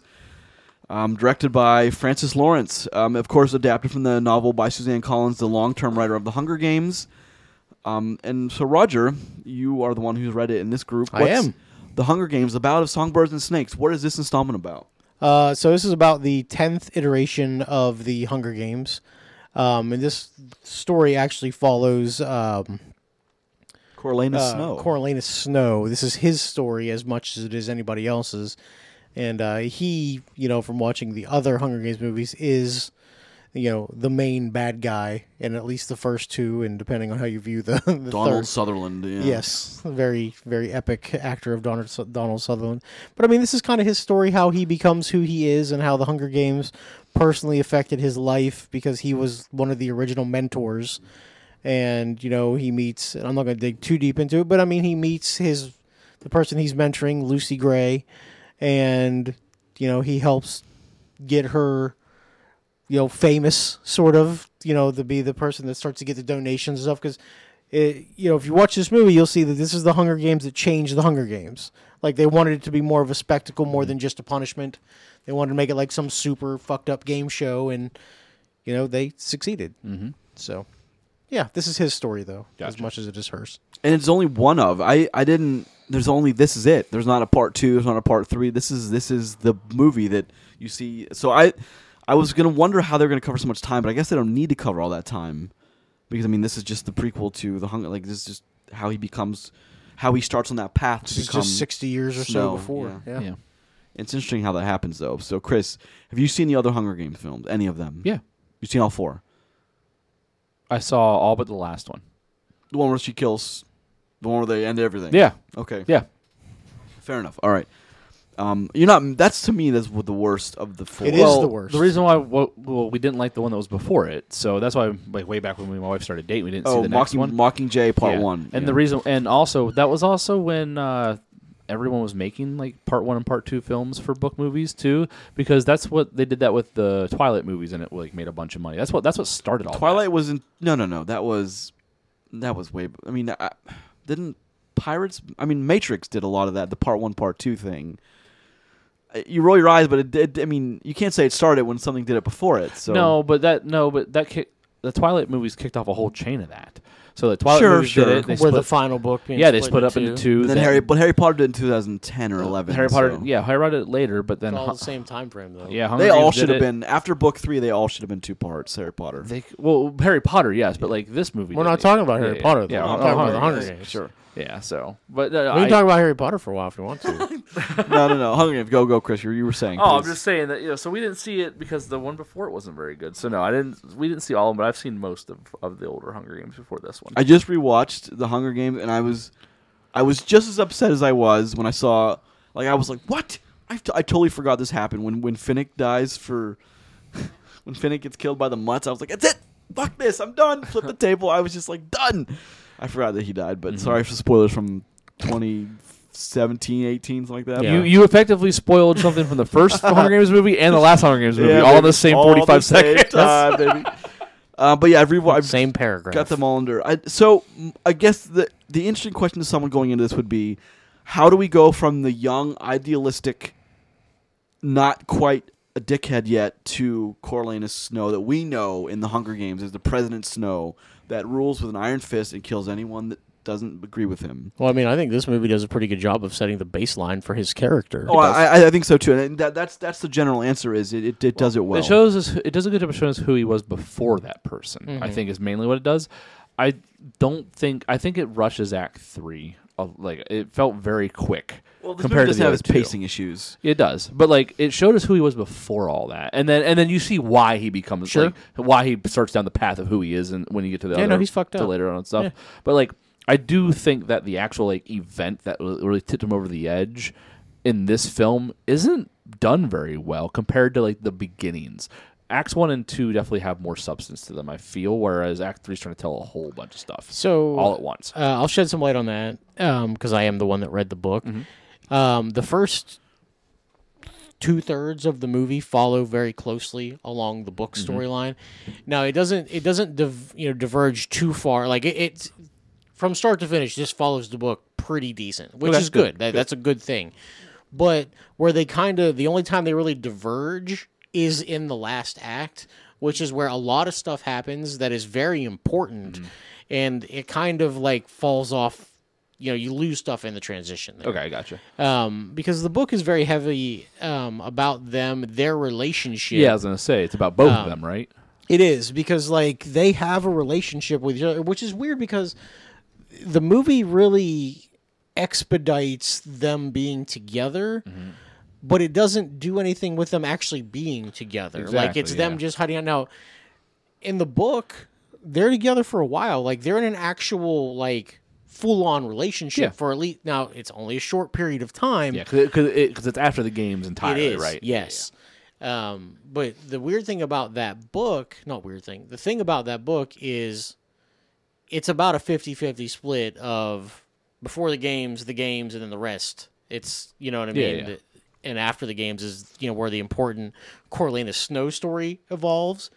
Um, directed by Francis Lawrence, um, of course, adapted from the novel by Suzanne Collins, the long-term writer of *The Hunger Games*. Um, and so, Roger, you are the one who's read it in this group. I am. *The Hunger Games*, the Ballad of Songbirds and Snakes. What is this installment about? Uh, so this is about the tenth iteration of the Hunger Games, um, and this story actually follows. Um, Coralina uh, Snow. Coriolanus Snow. This is his story as much as it is anybody else's. And uh, he, you know, from watching the other Hunger Games movies, is, you know, the main bad guy in at least the first two, and depending on how you view the, the Donald third. Sutherland. Yeah. Yes, very, very epic actor of Donald, Su- Donald Sutherland. But I mean, this is kind of his story, how he becomes who he is, and how the Hunger Games personally affected his life because he was one of the original mentors. And you know, he meets. And I'm not going to dig too deep into it, but I mean, he meets his the person he's mentoring, Lucy Gray, and you know, he helps get her you know famous sort of you know to be the person that starts to get the donations and stuff because you know if you watch this movie you'll see that this is the hunger games that changed the hunger games like they wanted it to be more of a spectacle more than just a punishment they wanted to make it like some super fucked up game show and you know they succeeded mm-hmm. so yeah this is his story though as Gotcha. much as it is hers and it's only one of. I I didn't. There's only this is it. There's not a part two. There's not a part three. This is this is the movie that you see. So I I was gonna wonder how they're gonna cover so much time, but I guess they don't need to cover all that time because I mean this is just the prequel to the hunger. Like this is just how he becomes, how he starts on that path to this is become. just 60 years or Snow, so before yeah. yeah, Yeah. It's interesting how that happens though. So Chris, have you seen the other Hunger Games films? Any of them? Yeah. You've seen all four. I saw all but the last one. The one where she kills. The one where they end everything. Yeah. Okay. Yeah. Fair enough. All right. Um, you're not. That's to me. That's what the worst of the four. It is the worst. The reason why well, well, we didn't like the one that was before it, so that's why like way back when we and my wife started dating, we didn't see Oh, the next Mocking, one. Mockingjay Part Yeah. One. And Yeah. the reason, and also that was also when uh, everyone was making like part one and part two films for book movies too, because that's what they did that with the Twilight movies, and it like made a bunch of money. That's what that's what started all. that. Twilight was in. No, no, no. That was. That was way. I mean, I, didn't Pirates? I mean, Matrix did a lot of that. The Part One, Part Two thing. Uh, You roll your eyes, but it did. I mean, you can't say it started when something did it before it. So No, but that no, but that kick, the Twilight movies kicked off a whole chain of that. So the Twilight Sure, movies sure. did it. They Where the split, final book. Being yeah, they split split up into two. Then Harry, but Harry Potter did in 2010 or 11. Uh, Harry Potter. so- Yeah, Harry Potter did it later, but then It's all Hu- the same time frame though. yeah, Hunger They all Games did should have it. been after book three. They all should have been two parts. Harry Potter. They, c- well, Harry Potter, yes, but like this movie. We're did not it. talking about Yeah, Harry yeah, Potter, though. Yeah, We're Hunger- Oh, talking about the Hunger Hunger Games, Games. Sure. Yeah. So, but uh, We I- can talk about Harry Potter for a while if you want to. no, no, no. Hunger Games. Go, go, Chris. You, you were saying. Oh, I'm please. just saying that you know. So we didn't see it because the one before it wasn't very good. So no, I didn't. We didn't see all of them, but I've seen most of, of the older Hunger Games before this one. I just rewatched The Hunger Games, and I was, I was just as upset as I was when I saw. Like I was like, what? I've t- I totally forgot this happened when when Finnick dies for, when Finnick gets killed by the mutts. I was like, that's it. Fuck this. I'm done. Flip the table. I was just like done. I forgot that he died, Mm-hmm. but sorry for spoilers from 2017, 18, something like that. Yeah. You you effectively spoiled something from the first Hunger Games movie and the last Hunger Games movie, all in the same 45 seconds. Uh, but yeah, I've, rewa- I've Same paragraph. got them all under. I, so mm, I guess the the interesting question to someone going into this would be, how do we go from the young, idealistic, not quite a dickhead yet, to Coriolanus Snow that we know in the Hunger Games is the President Snow that rules with an iron fist and kills anyone that doesn't agree with him. Well, I mean, I think this movie does a pretty good job of setting the baseline for his character. Oh, I, I, I think so too, and that, that's that's the general answer. Is it it, it does it well? It shows us. It does a good job of showing us who he was before that person. I Mhm. think is mainly what it does. I don't think. I think it rushes Act Three. Of, like it felt very quick well, this movie compared to does the have other its two. pacing issues. It does, but like it showed us who he was before all that, and then and then you see why he becomes Sure. like why he starts down the path of who he is, and when you get to the Yeah, other, no, he's fucked to up. later on and stuff. Yeah. But like I do think that the actual like event that really really tipped him over the edge in this film isn't done very well compared to like the beginnings. Acts one and two definitely have more substance to them, I feel, whereas Act three's trying to tell a whole bunch of stuff so all at once. Uh, I'll shed some light on that because I am the one that read the book. Mm-hmm. Um, the first two thirds of the movie follow very closely along the book storyline. Now it doesn't it doesn't div- you know diverge too far. Like it, it's from start to finish, this follows the book pretty decent, which Okay. is good. That, That's a good thing. But where they kind of the only time they really diverge is in the last act, which is where a lot of stuff happens that is very important, and it kind of like falls off. You know, you lose stuff in the transition. There Okay, I gotcha. um, because the book is very heavy um, about them, their relationship. Yeah. I was gonna say it's about both Um, of them, right? it is because like they have a relationship with each other, which is weird because the movie really expedites them being together. Mm-hmm. But it doesn't do anything with them actually being together. like Exactly, it's them yeah. just hiding out. Now, in the book, they're together for a while. Like they're in an actual like full on relationship Yeah. for at least now. It's only a short period of time. Yeah, because it, because it's after the games entirely, It is, right? Yes. Um, but the weird thing about that book, not weird thing, the thing about that book is it's about a 50 50 split of before the games, the games, and then the rest. It's, you know what I Yeah, mean? yeah. And after the games is, you know, where the important Coriolanus Snow story evolves,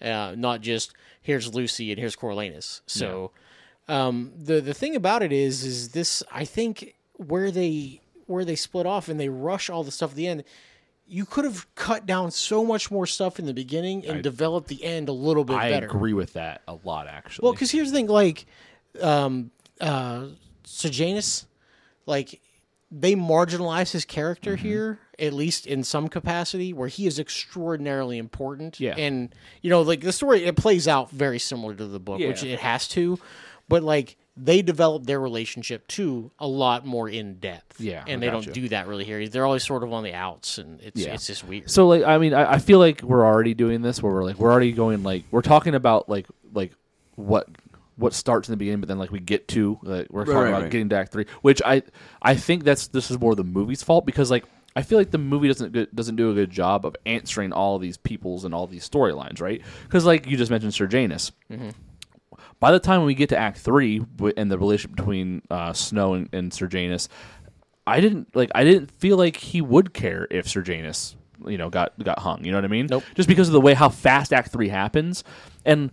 uh, not just here's Lucy and here's Coriolanus. So um, the the thing about it is is this I think where they where they split off and they rush all the stuff at the end. You could have cut down so much more stuff in the beginning and developed the end a little bit I better. agree with that a lot, actually. Well, because here's the thing, like, um, uh, Sejanus, like, they marginalize his character Mm-hmm. here, at least in some capacity, where he is extraordinarily important. Yeah. and you know, like the story, it plays out very similar to the book, which Yeah. it has to, but like. They develop their relationship too a lot more in depth. Yeah, I and they don't gotcha. do that really here. They're always sort of on the outs, and it's Yeah. it's just weird. so like I mean, I, I feel like we're already doing this where we're like we're already going like we're talking about like like what what starts in the beginning, but then like we get to like we're talking right, about right. getting to Act Three, which I I think that's this is more the movie's fault because like I feel like the movie doesn't good, doesn't do a good job of answering all these peoples and all these storylines, right? Because like you just mentioned, Sir Janus. By the time we get to Act Three w- and the relationship between uh, Snow and, and Sir Janus, I didn't like. I didn't feel like he would care if Sir Janus, you know, got got hung. You know what I mean? Nope. Just because of the way how fast Act Three happens, and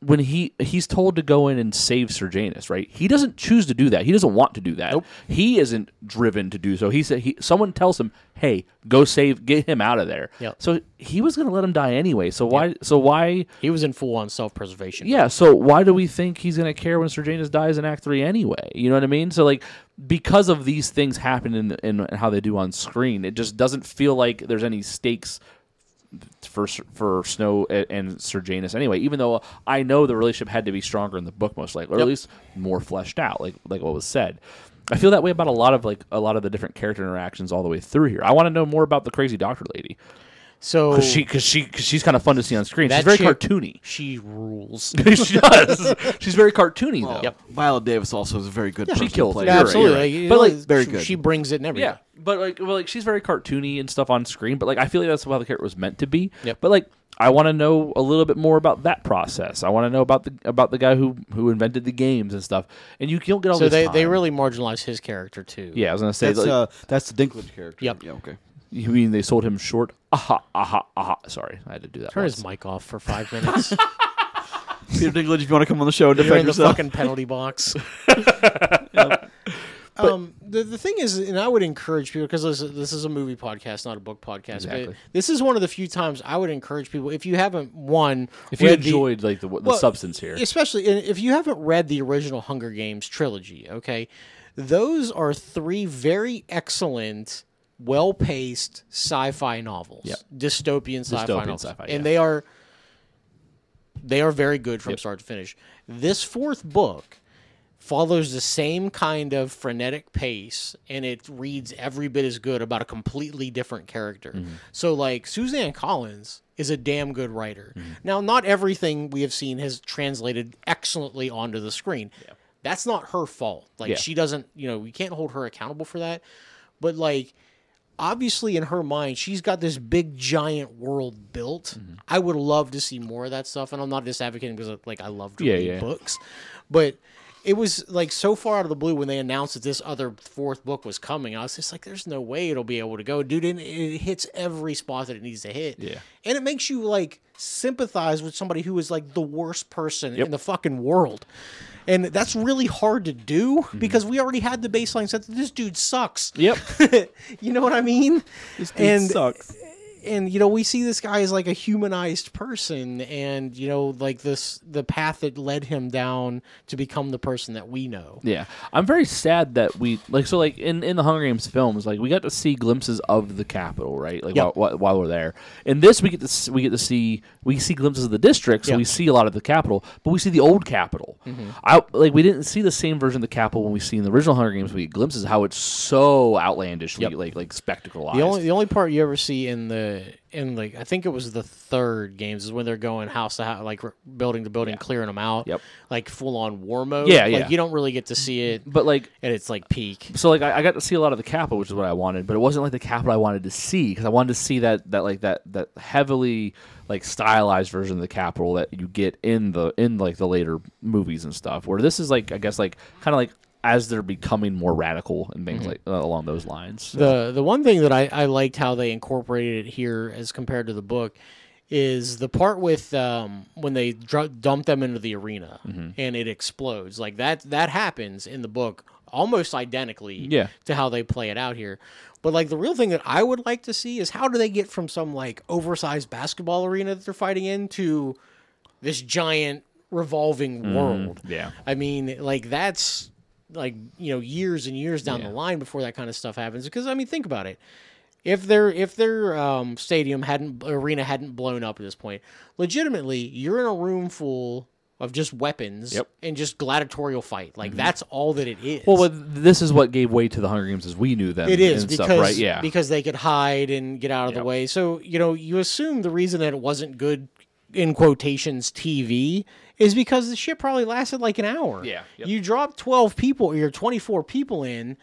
when he he's told to go in and save Sir Janus, right? He doesn't choose to do that. He doesn't want to do that. Nope. He isn't driven to do so. He said he someone tells him, "Hey, go save, get him out of there." Yep. So he was going to let him die anyway. So why? So why? He was in full on self preservation. Yeah, so why do we think he's going to care when Sir Janus dies in Act 3 anyway? You know what I mean? So, like, because of these things happen in, in how they do on screen, it just doesn't feel like there's any stakes for for Snow and, and Sir Janus anyway, even though I know the relationship had to be stronger in the book, most likely, or Yep. at least more fleshed out, like like what was said. I feel that way about a lot of like a lot of the different character interactions all the way through here. I want to know more about the crazy doctor lady So because she because she cause she's kind of fun to see on screen. Oh. that She's very chick- cartoony. She rules. she does. She's very cartoony though. Yep. Viola Davis also is a very good. person killed to play. it. Yeah, You're right, absolutely. you're right. But, Like, you like, know, very she, good. she brings it and everything. Yeah, but like, well, like she's very cartoony and stuff on screen. But like, I feel like that's how the character was meant to be. Yep. But like, I want to know a little bit more about that process. I want to know about the about the guy who who invented the games and stuff. And you don't get all So this they, they time. really marginalized his character too. yeah. I was gonna say That's like, uh, that's the Dinklage character. Yep. Yeah. Okay. you mean they sold him short? Aha, aha, aha. Sorry, I had to do that. Turn once. his mic off for five minutes. Peter Dinklage, if you want to come on the show and You're defend in the yourself, fucking penalty box. um, the, the thing is, and I would encourage people because this, this is a movie podcast, not a book podcast. Exactly. But this is one of the few times I would encourage people if you haven't one, If you read the- enjoyed like the, the well, substance here, Especially and if you haven't read the original Hunger Games trilogy, okay? Those are three very excellent, well paced sci fi novels. Yep. Dystopian sci fi Dystopian novels. sci-fi, yeah. And they are they are very good from start to finish. This fourth book follows the same kind of frenetic pace and it reads every bit as good about a completely different character. Mm-hmm. So like Suzanne Collins is a damn good writer. Mm-hmm. Now not everything we have seen has translated excellently onto the screen. That's not her fault. Like Yeah. she doesn't, you know, we can't hold her accountable for that. But like obviously in her mind she's got this big giant world built Mm-hmm. i would love to see more of that stuff and i'm not just advocating because like i love to Yeah, read yeah. books but it was like so far out of the blue when they announced that this other fourth book was coming i was just like there's no way it'll be able to go dude and it hits every spot that it needs to hit Yeah. and it makes you like sympathize with somebody who is like the worst person in the fucking world and that's really hard to do because we already had the baseline set that this dude sucks Mm-hmm. yep. you know what I mean? and sucks. and you know we see this guy as like a humanized person, and you know like this the path that led him down to become the person that we know. Yeah, I'm very sad that we like so like in in the Hunger Games films, like we got to see glimpses of the capital, right? Like Yeah. while, while, while we're there. In this, we get to s we get to see we see glimpses of the district, so Yeah. Mm-hmm. we see a lot of the capital, but we see the old capital. I like we didn't see the same version of the capital when we see in the original Hunger Games. We get glimpses of how it's so outlandishly like like spectacleized. The only the only part you ever see in the in like I think it was the third games is when they're going house to house, like r- building to building, clearing them out, Yep. like full on war mode. Yeah, like, yeah. You don't really get to see it, but like and it's like peak. so like I, I got to see a lot of the capital, which is what I wanted, but it wasn't like the capital I wanted to see because I wanted to see that that like that that heavily like stylized version of the capital that you get in the in like the later movies and stuff. Where this is like I guess like kind of like as they're becoming more radical and things like uh, along those lines. So- The the one thing that I, I liked how they incorporated it here as compared to the book is the part with um, when they dr- dump them into the arena and it explodes like that that happens in the book almost identically Yeah. to how they play it out here but like the real thing that i would like to see is how do they get from some like oversized basketball arena that they're fighting in to this giant revolving world yeah. I mean, like that's like you know years and years down the line before that kind of stuff happens. Because I mean, think about it. If their if their um, stadium hadn't arena hadn't blown up at this point, legitimately, you're in a room full of just weapons Yep. Mm-hmm. and just gladiatorial fight. Like that's all that it is. Well, what, this is what gave way to the Hunger Games as we knew them. It is and because stuff, right? Yeah, because they could hide and get out of the Yep. way. So you know, you assume the reason that it wasn't good in quotations TV is because the shit probably lasted like an hour. Yeah, yep. You dropped 12 people or 24 people in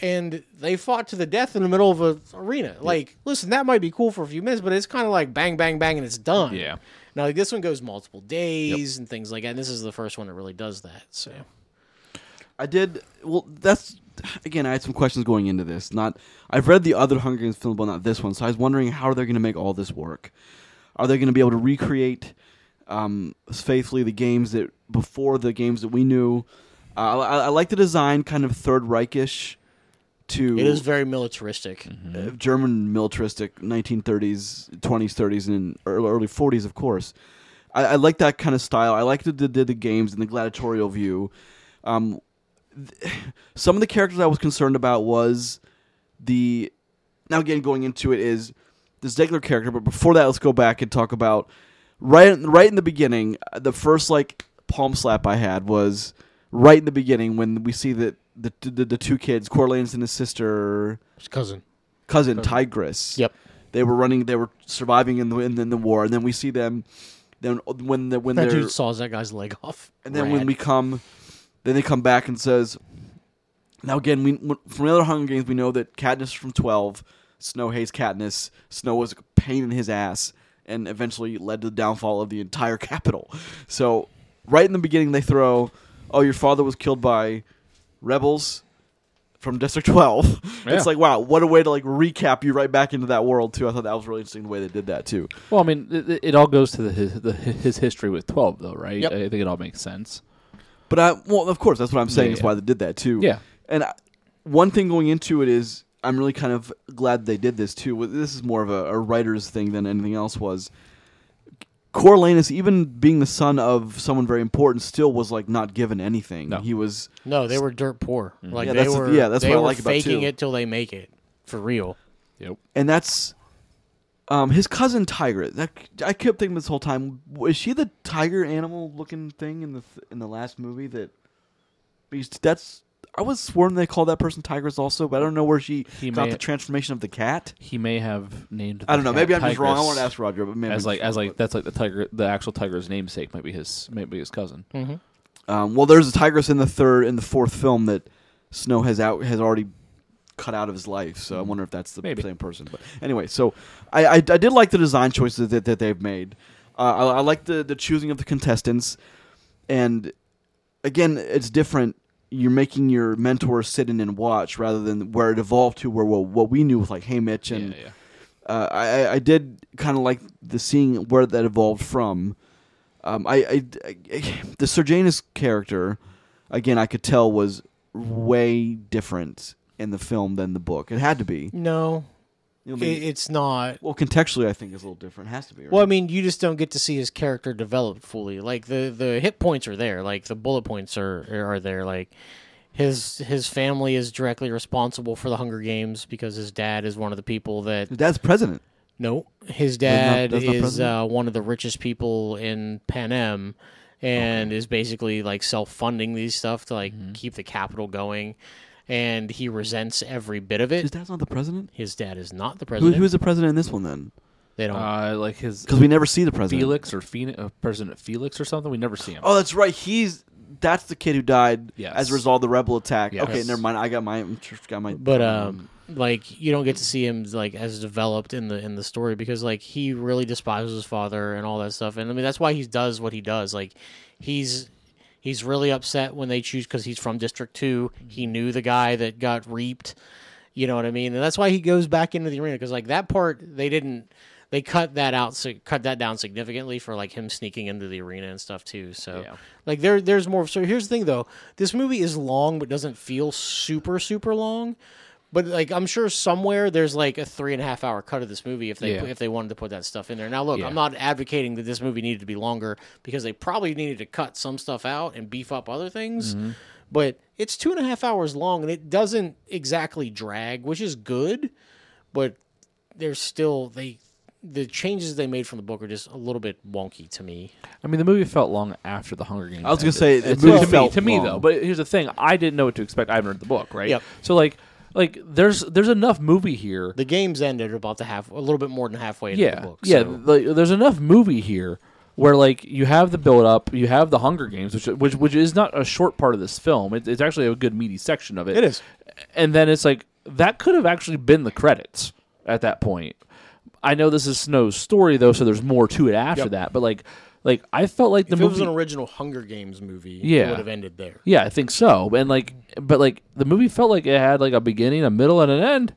and they fought to the death in the middle of an arena. Like, listen, that might be cool for a few minutes, but it's kind of like bang, bang, bang, and it's done. Yeah. Now, like, this one goes multiple days and things like that. And this is the first one that really does that. So, I did. Well, that's again. I had some questions going into this. Not. I've read the other Hunger Games film, but not this one. So I was wondering how they're going to make all this work. Are they going to be able to recreate um, faithfully the games that before the games that we knew? Uh, I, I like the design, kind of Third Reichish. To it is very militaristic. Mm-hmm. uh, German militaristic 1930s, 20s, 30s, and ear- early 40s, of course. I, I like that kind of style. I like the, the, the games and the gladiatorial view. Um, th- some of the characters I was concerned about was the. Now, again, going into it is this Ziegler character, but before that, let's go back and talk about right right in the beginning. uh, The first like palm slap I had was right in the beginning when we see that the the, the two kids, Corlands and his sister, His cousin. cousin Tigress. Yep. They were running. They were surviving in the in, the- in the war, and then we see them. Then when the, when That they're dude saws that guy's leg off. and then Rad. when we come, then they come back and says. Now again, we from the other Hunger Games, we know that Katniss from twelve, Snow hates Katniss. Snow was a pain in his ass, and eventually led to the downfall of the entire capital. So, right in the beginning, they throw, "Oh, your father was killed by rebels from District 12. Yeah. It's like, wow, what a way to like recap you right back into that world too. I thought that was really interesting the way they did that too. Well, I mean, it, it- it all goes to the, his, the, his history with twelve, though, right? Yep. I think it all makes sense. But I, well, of course, that's what I'm saying Yeah, is yeah. why they did that too. Yeah. And I, one thing going into it is I'm really kind of glad they did this too. This is more of a, a writer's thing than anything else was. Coriolanus, even being the son of someone very important, still was like not given anything. No. He was No, they were dirt poor. Like Mm-hmm. Yeah, they that's the- were. yeah, that's they what I were like about it, faking too. it till they make it for real. Yep. and that's um, his cousin Tiger. That, I kept thinking this whole time: is she the tiger animal looking thing in the th- in the last movie? That because that's I was sworn they called that person Tigress also, but I don't know where she He got may- the transformation of the cat. He may have named. I don't know. the Maybe I'm cat just wrong. I Tigress want to ask Roger, but maybe As I'm like, just as wrong. like, that's like the tiger, the actual tiger's namesake might be his, might be his cousin. um, well, there's a tigress in the third in the fourth film that Snow has out has already cut out of his life. So I wonder if that's the Mm-hmm. Maybe. same person. But anyway, so I, I, I did like the design choices that, that they've made. Uh, I, I like the the choosing of the contestants, and again, it's different. You're making your mentor sit in and watch rather than where it evolved to where what, what we knew with like Hey Mitch and yeah, yeah. uh, I, I- I did kind of like the seeing where that evolved from. Um, I, I, I- the Serjanus character, again, I could tell was way different in the film than the book. It had to be. No, You know, I it, mean, it's not. well, contextually, I think it's a little different. It has to be. Right? Well, I mean, you just don't get to see his character develop fully. Like the the hit points are there. Like the bullet points are are there. Like his his family is directly responsible for the Hunger Games because his dad is one of the people that His dad's president. No, his dad that's not is president? uh, one of the richest people in Panem, and is basically like self-funding these stuff to like Mm-hmm. keep the capital going, and he resents every bit of His it. dad's not the president. His dad is not the Who, president. who's the president in this one then? they don't. Uh, like his Because we never see the president. Felix or Phoenix, uh, President Felix or something. We never see him. Oh, that's right. He's that's the kid who died Yes. as a result of the rebel attack. Yes. uh, Okay, never mind. I got my got my. but um, like you don't get to see him like as developed in the in the story because like he really despises his father and all that stuff, and I mean that's why he does what he does. Like he's he's really upset when they choose because he's from District Two. He knew the guy that got reaped. You know what I mean? And that's why he goes back into the arena because like that part they didn't they cut that out sig- cut that down significantly for like him sneaking into the arena and stuff too. So Yeah. like there there's more. So here's the thing though, this movie is long but doesn't feel super super long. But like I'm sure somewhere there's like a three and a half hour cut of this movie if they Yeah. if they wanted to put that stuff in there. Now look, Yeah. I'm not advocating that this movie needed to be longer because they probably needed to cut some stuff out and beef up other things. Mm-hmm. But it's two and a half hours long and it doesn't exactly drag, which is good. But there's still they the changes they made from the book are just a little bit wonky to me. I mean, the movie felt long after the Hunger Games. I was gonna ended. say, the It's- movie to me, felt to me long. though. But here's the thing: I didn't know what to expect. I haven't read the book, right? Yep. So like, like there's there's enough movie here. The games ended about the half a little bit more than halfway into yeah, the book. yeah. so- like, there's enough movie here where like you have the build up, you have the Hunger Games, which which which is not a short part of this film. It, it's actually a good meaty section of it. It is. and then it's like that could have actually been the credits at that point. I know this is Snow's story though, so there's more to it after Yep. that. But like, like I felt like the if it movie was an original Hunger Games movie, it Yeah. would have ended there. yeah, I think so. And like, but like the movie felt like it had like a beginning, a middle, and an end.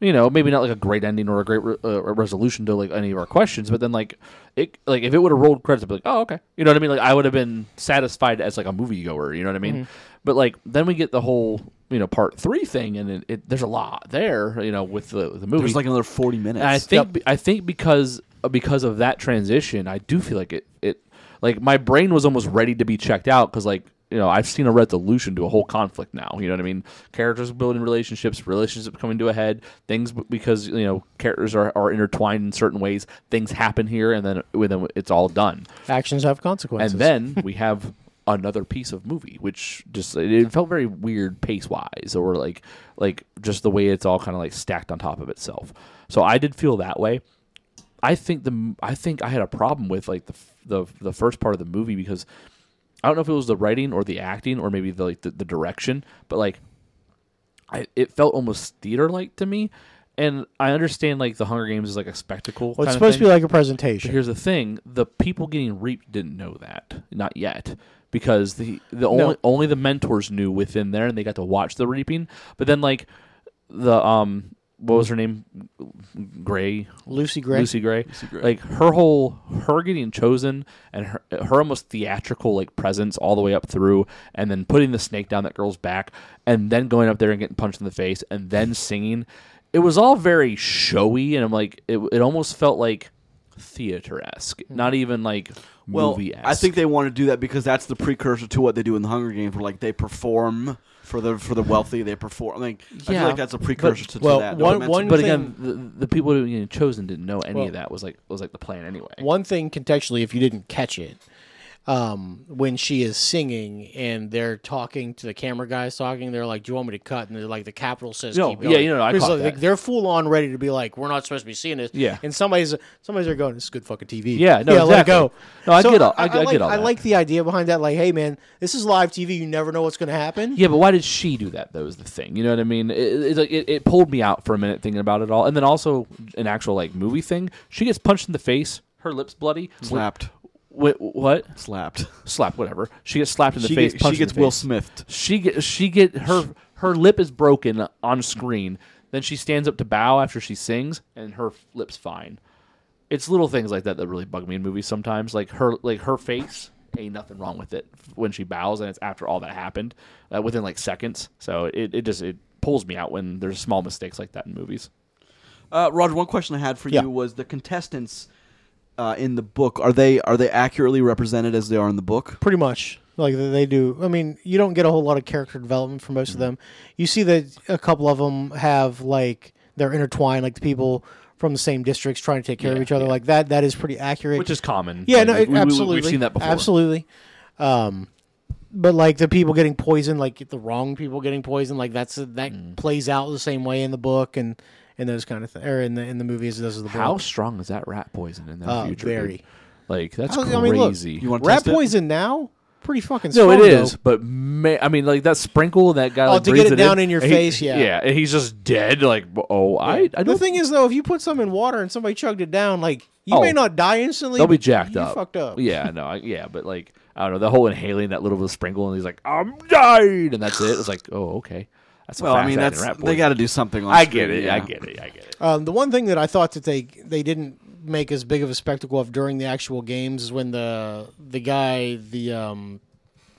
You know, maybe not like a great ending or a great re- uh, resolution to like any of our questions, but then like it, like if it would have rolled credits, I'd be like, oh okay, you know what I mean? Like I would have been satisfied as like a moviegoer, you know what I mean? But like then we get the whole you know part three thing, and it, it there's a lot there, you know, with the the movie. There's like another 40 minutes. And I think I think because uh, because of that transition, I do feel like it it like my brain was almost ready to be checked out because like you know I've seen a resolution to a whole conflict now. You know what I mean? Characters building relationships, relationships coming to a head. Things b- because you know characters are, are intertwined in certain ways. Things happen here, and then and then it's all done. Actions have consequences. And then we have another piece of movie, which just it, it felt very weird pace wise, or like like just the way it's all kind of like stacked on top of itself. So I did feel that way. I think the m- I think I had a problem with like the f- the the first part of the movie because I don't know if it was the writing or the acting or maybe the like the, the direction, but like I, it felt almost theater like to me. And I understand like the Hunger Games is like a spectacle. well, it's kinda supposed thing. to be like a But presentation. here's the thing: the people getting reaped didn't know that, not yet, because the the only only the mentors knew within there, and they got to watch the reaping. But then, like the um, what was her name? Gray, Lucy Gray. Lucy Gray. Like her whole her getting chosen and her, her almost theatrical like presence all the way up through and then putting the snake down that girl's back and then going up there and getting punched in the face and then singing. It was all very showy and I'm like it, it almost felt like theater esque. Mm-hmm. Not even like well, movie esque. I think they want to do that because that's the precursor to what they do in the Hunger Games, where like they perform for the for the wealthy. They perform. Like I feel Yeah. like that's a precursor to, to well, that. one- That's- one- but again, the, the people who were getting chosen didn't know any Well- of that was like was like the plan anyway. One thing contextually, if you didn't catch it, um, when she is singing and they're talking to the camera guys talking, they're like, "Do you want me to cut?" And they're like, "The capital says No, keep yeah, going." you know, I Because, caught like, that. They're full on ready to be like, "We're not supposed to be seeing this." Yeah. and somebody's somebody's are going, "This is good fucking TV." Yeah, no, yeah, let it exactly. go. No, I So get all- I- I like, get all I that. like the idea behind that. Like, hey, man, this is live TV. You never know what's going to happen. Yeah, but why did she do that? Though is the thing. You know what I mean? It, it, like, it, it pulled me out for a minute thinking about it all, and then also an actual like movie thing. She gets punched in the face, her lips bloody, slapped, Wh- wh- what? slapped. Slap, whatever. She gets slapped in the She, face. get- punched she gets in the Will face. Smithed. She get she get her her lip is broken on screen. Then she stands up to bow after she sings, and her lip's fine. It's little things like that that really bug me in movies sometimes. Like her like her face, ain't nothing wrong with it when she bows, and it's after all that happened uh, within like seconds. So it, it just it pulls me out when there's small mistakes like that in movies. Uh, Roger, one question I had for Yeah. you was the contestants uh, in the book are they are they accurately represented as they are in the book? pretty much like th- they do i mean you don't get a whole lot of character development for most of Mm-hmm. them you see that a couple of them have like they're intertwined like the people from the same districts trying to take care of Mm-hmm. Yeah, each other yeah. like that that is pretty accurate Which is common. yeah Like, no we- it, we- we- absolutely We've seen that before. absolutely um but like the people getting poisoned like the wrong people getting poisoned like that's that Mm. plays out the same way in the book and and those kind of things or in the in the movies this is the How book strong is that rat poison in that Uh, future? very. dude? Like that's I crazy. mean, look, You want to rat test it? poison now pretty fucking No, it strong, though. is, but ma- I mean, like that sprinkle that guy. Oh, like, to get breathes it down in, in your and face, yeah. yeah, and he's just dead. Like, oh, I, I the don't thing is though, if you put some in water and somebody chugged it down, like you Oh. may not die instantly. they'll be but jacked you up. Fucked up. Yeah, no, I, yeah, but like, I don't know, the whole inhaling that little bit of sprinkle, and he's like, I'm dying, and that's it. It's like, oh, okay, that's a Well, I mean fast-acting that's rat they poison. got to do something. On I screen, get it, yeah. I get it, I get it. Um, the one thing that I thought that they they didn't make as big of a spectacle of during the actual games is when the the guy the um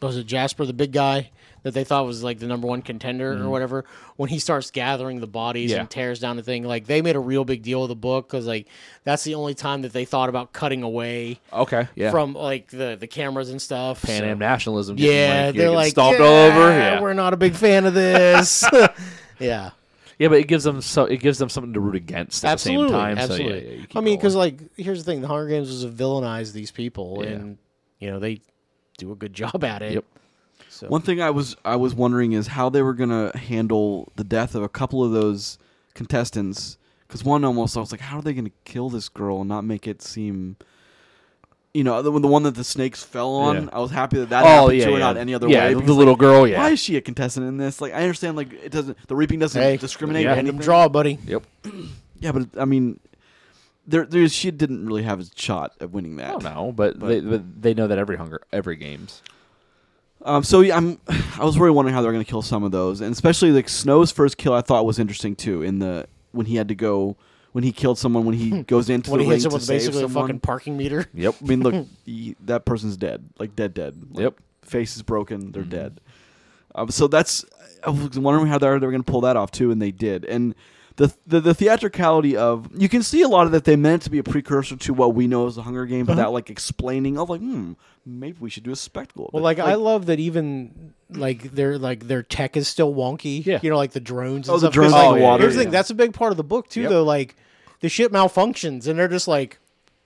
was it Jasper the big guy that they thought was like the number one contender or whatever when he starts gathering the bodies Mm-hmm. Yeah. and tears down the thing like they made a real big deal of the book because like that's the only time that they thought about cutting away Okay, yeah. from like the the cameras and stuff Pan so- Am nationalism, getting, Yeah, like, they're getting like stomped yeah, all over. Yeah, We're not a big fan of this. yeah, yeah, but it gives them so it gives them something to root against at absolutely, the same time. absolutely. So, yeah, yeah, you keep I mean, going. because like here's the thing: the Hunger Games was to villainize these people, Yeah. and you know they do a good job at it. Yep. So One thing I was I was wondering is how they were gonna handle the death of a couple of those contestants. Because one almost I was like, how are they gonna kill this girl and not make it seem you know, the, the one that the snakes fell on. Yeah. I was happy that that oh happened yeah, to her, yeah. not any other yeah, way. The because, little girl, like, yeah. Why is she a contestant in this? Like, I understand, like it doesn't. The reaping doesn't Hey, discriminate. yeah. Yeah, Let him draw, buddy. Yep. yeah, but I mean, there, there, she didn't really have a shot at winning I that. don't know, but, But- they, but they know that every hunger, every games. Um, so yeah, I'm, I was really wondering how they're going to kill some of those, and especially like Snow's first kill, I thought was interesting too. In the when he had to go, when he killed someone, when he goes into When the he ring hits to him with save basically a someone. fucking parking meter. Yep. I mean, look, he, that person's dead, like dead, dead. Like, Yep. face is broken, Mm-hmm. they're dead. Um, so that's I was wondering how they're, they're going to pull that off too, and they did. And the, the the theatricality of you can see a lot of that they meant to be a precursor to what we know as the Hunger Uh-huh. Games without like explaining. Oh, like hmm, maybe we should do a spectacle. of Well, it. like, I love that even like their like their tech is still wonky. Yeah. you know, like the drones. And Oh, the stuff, 'cause, drones like, in the water, Here's the thing. yeah. That's a big part of the book too, Yep. though. Like the shit malfunctions, and they're just like,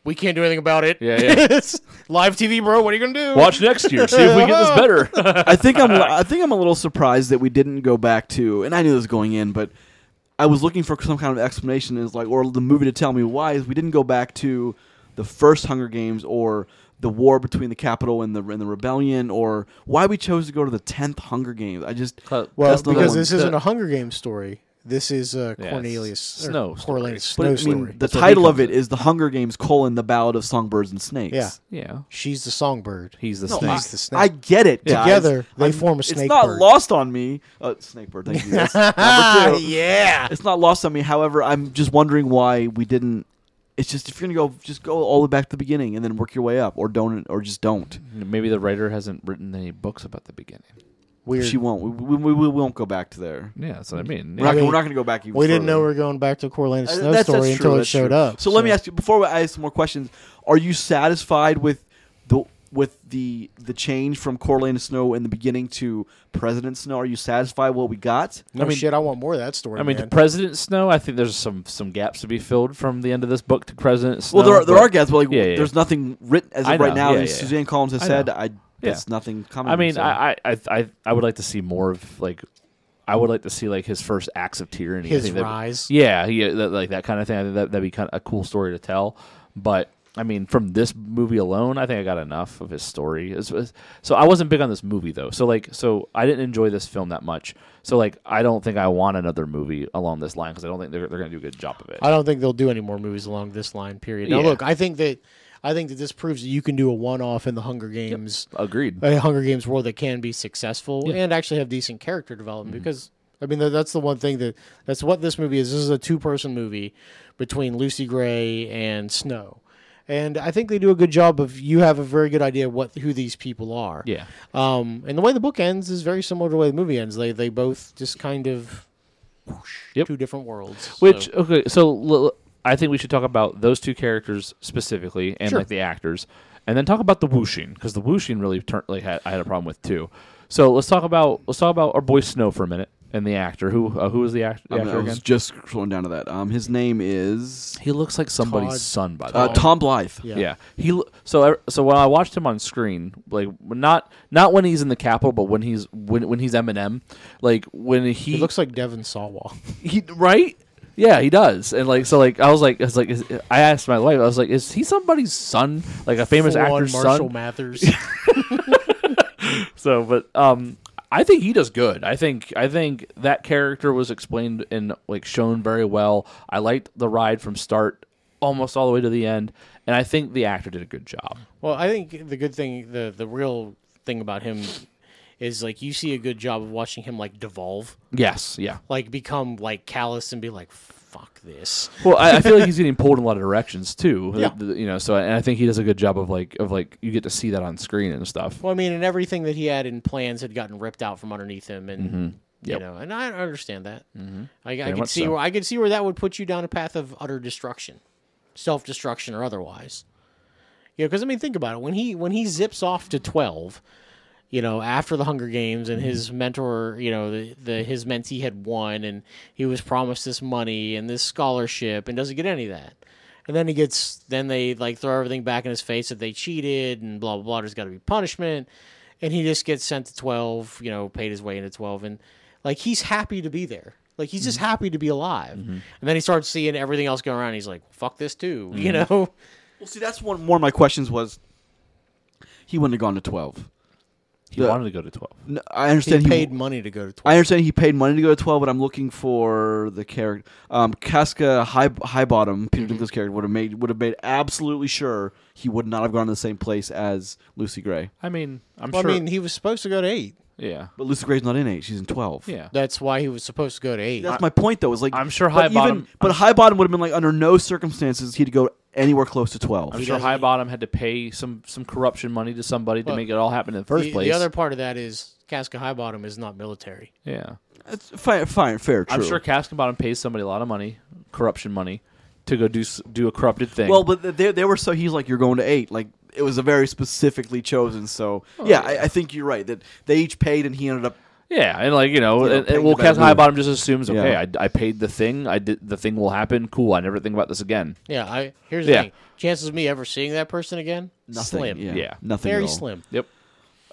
we can't do anything about it. Yeah, yeah. It's live TV, bro. What are you gonna do? Watch next year. See if we get this better. I think I'm I think I'm a little surprised that we didn't go back to and I knew this going in, but I was looking for some kind of explanation is like or the movie to tell me why is we didn't go back to the first Hunger Games or the war between the capital and the and the rebellion or why we chose to go to the tenth Hunger Games. I just Well, That's another because one. this isn't a Hunger Games story. This is a Yeah, Cornelius it's or Snow story. Cornelius but Snow I mean, story. the That's how he title comes of it in. is the Hunger Games colon the ballad of songbirds and snakes. Yeah. yeah. She's the songbird. He's the No, snake. I, He's the snake. I get it. Yeah. guys. Together, they form a It's snake not bird. lost on me. Uh, snake bird. Thank you. That's number two. yeah. it's not lost on me. However, I'm just wondering why we didn't. It's just if you're gonna go, just go all the way back to the beginning and then work your way up, or don't, or just don't. Maybe the writer hasn't written any books about the beginning. Weird. She won't. We, we, we, we won't go back to there. Yeah, that's what I mean. We're not, Yeah. gonna- we're not gonna go back. Even we didn't know we further. were going back to Corland Uh, Snow that's- story that's true, until it that's showed true. up. So, let me ask you before I ask some more questions. Are you satisfied with the with the the change from Corlane Snow in the beginning to President Snow? Are you satisfied with what we got? No I mean- shit, I want more of that story. I mean, to man. President Snow, I think there's some some gaps to be filled from the end of this book to President Snow. well, there are, there but- are gaps, but like Yeah, yeah. there's nothing written as I of right know. now. Yeah, and yeah, yeah. Suzanne Collins has I know. said, "I it's nothing coming." I mean, so. I, I, I- I, I would like to see more of like, I would like to see like his first acts of tyranny. I his think that- rise. Yeah, he, uh, that, like that kind of thing. I think that, that'd be kind of a cool story to tell. But I mean, from this movie alone, I think I got enough of his story. It's- it's- so I wasn't big on this movie though. So like, so I didn't enjoy this film that much. So like, I don't think I want another movie along this line because I don't think they're, they're gonna do a good job of it. I don't think they'll do any more movies along this line. Period. Now, Yeah. look, I think that I think that this proves that you can do a one-off in the Hunger Games, Agreed. a Hunger Games world that can be successful and actually have decent character development. Mm-hmm. Because I mean, tha- that's the one thing that that's what this movie is. This is a two-person movie between Lucy Gray and Snow. And I think they do a good job of you have a very good idea what who these people are. Yeah. Um, and the way the book ends is very similar to the way the movie ends. They they both just kind of whoosh, Yep. two different worlds. Which so. okay, so l- l- I think we should talk about those two characters specifically, and Sure. like the actors, and then talk about the whooshing because the whooshing really turned like had, I had a problem with too. So let's talk about let's talk about our boy Snow for a minute and the actor who uh, who was the, act- the I mean, actor I again? was just scrolling down to that. Um, his name is He looks like somebody's Todd- son by the uh, way. Tom Blythe. Yeah. Yeah. He l- so I- so when I watched him on screen, like not not when he's in the Capitol, but when he's when when he's Eminem, like when he, He looks like Devin Sawa. he right yeah he does and like so like i was like i was like is, i asked my wife i was like is he somebody's son like a famous Full-on actor's Marshall son Mathers. so but um i think he does good i think i think that character was explained and like shown very well i liked the ride from start almost all the way to the end and i think the actor did a good job well, I think the good thing, the the real thing about him is like you see a good job of watching him like devolve, yes yeah like become like callous and be like, fuck this. well I, I feel like he's getting pulled in a lot of directions too Yeah. you know so and i think he does a good job of like of like you get to see that on screen and stuff Well, I mean, and everything that he had in plans had gotten ripped out from underneath him, and you Mm-hmm. Yep. know, and I understand that. Mm-hmm. I, I Very could much see so. where I could see where that would put you down a path of utter destruction, self destruction or otherwise. You know, because I mean, think about it. When he when he zips off to twelve, you know, after the Hunger Games and his mentor, you know, the, the his mentee had won, and he was promised this money and this scholarship, and doesn't get any of that. And then he gets, then they like throw everything back in his face that they cheated and blah blah blah. There's got to be punishment, and he just gets sent to twelve. You know, paid his way into twelve, and like he's happy to be there. Like he's just happy to be alive. And then he starts seeing everything else going around. and he's like, "Fuck this too," you know. Well, see, that's one. One of my questions was he wouldn't have gone to twelve. He The- wanted to go to twelve. No, I He understand he, paid money to go to I 12. understand he paid money to go to twelve, but I'm looking for the character. Um, Casca High Highbottom, Peter Mm-hmm. Dinklage's character, would have made would have made absolutely sure he would not have gone to the same place as Lucy Gray. I mean, I'm Well, sure. I mean, he was supposed to go to eight. yeah, But Lucy Gray's not in eight; she's in twelve. yeah. That's why he was supposed to go to eight. that's my point though. Is like I'm sure but Highbottom- even- but High Bottom would have been like under no circumstances he'd go anywhere close to twelve. I'm sure doesn't- High Bottom had to pay some some corruption money to somebody Well, to make it all happen in the The, first the place. other part of that is Casca High Bottom is not military. yeah, It's fine, fine, fair, true. I'm sure Casting Bottom pays somebody a lot of money, corruption money, to go do s- do a corrupted thing. Well, but th- they they were so he's like you're going to eight. Like it was a very specifically chosen. So Oh, yeah, I, I think you're right that they each paid and he ended up. yeah, and like you know, You know, and, paying and well, the better Cast High move. Bottom just assumes, okay, Yeah. I, I paid the thing, I did the thing will happen. Cool, I never think about this again. Yeah, I here's the Yeah. thing. Chances of me ever seeing that person again? Nothing, Slim. Yeah, Yeah. nothing. at Very all. slim. Yep.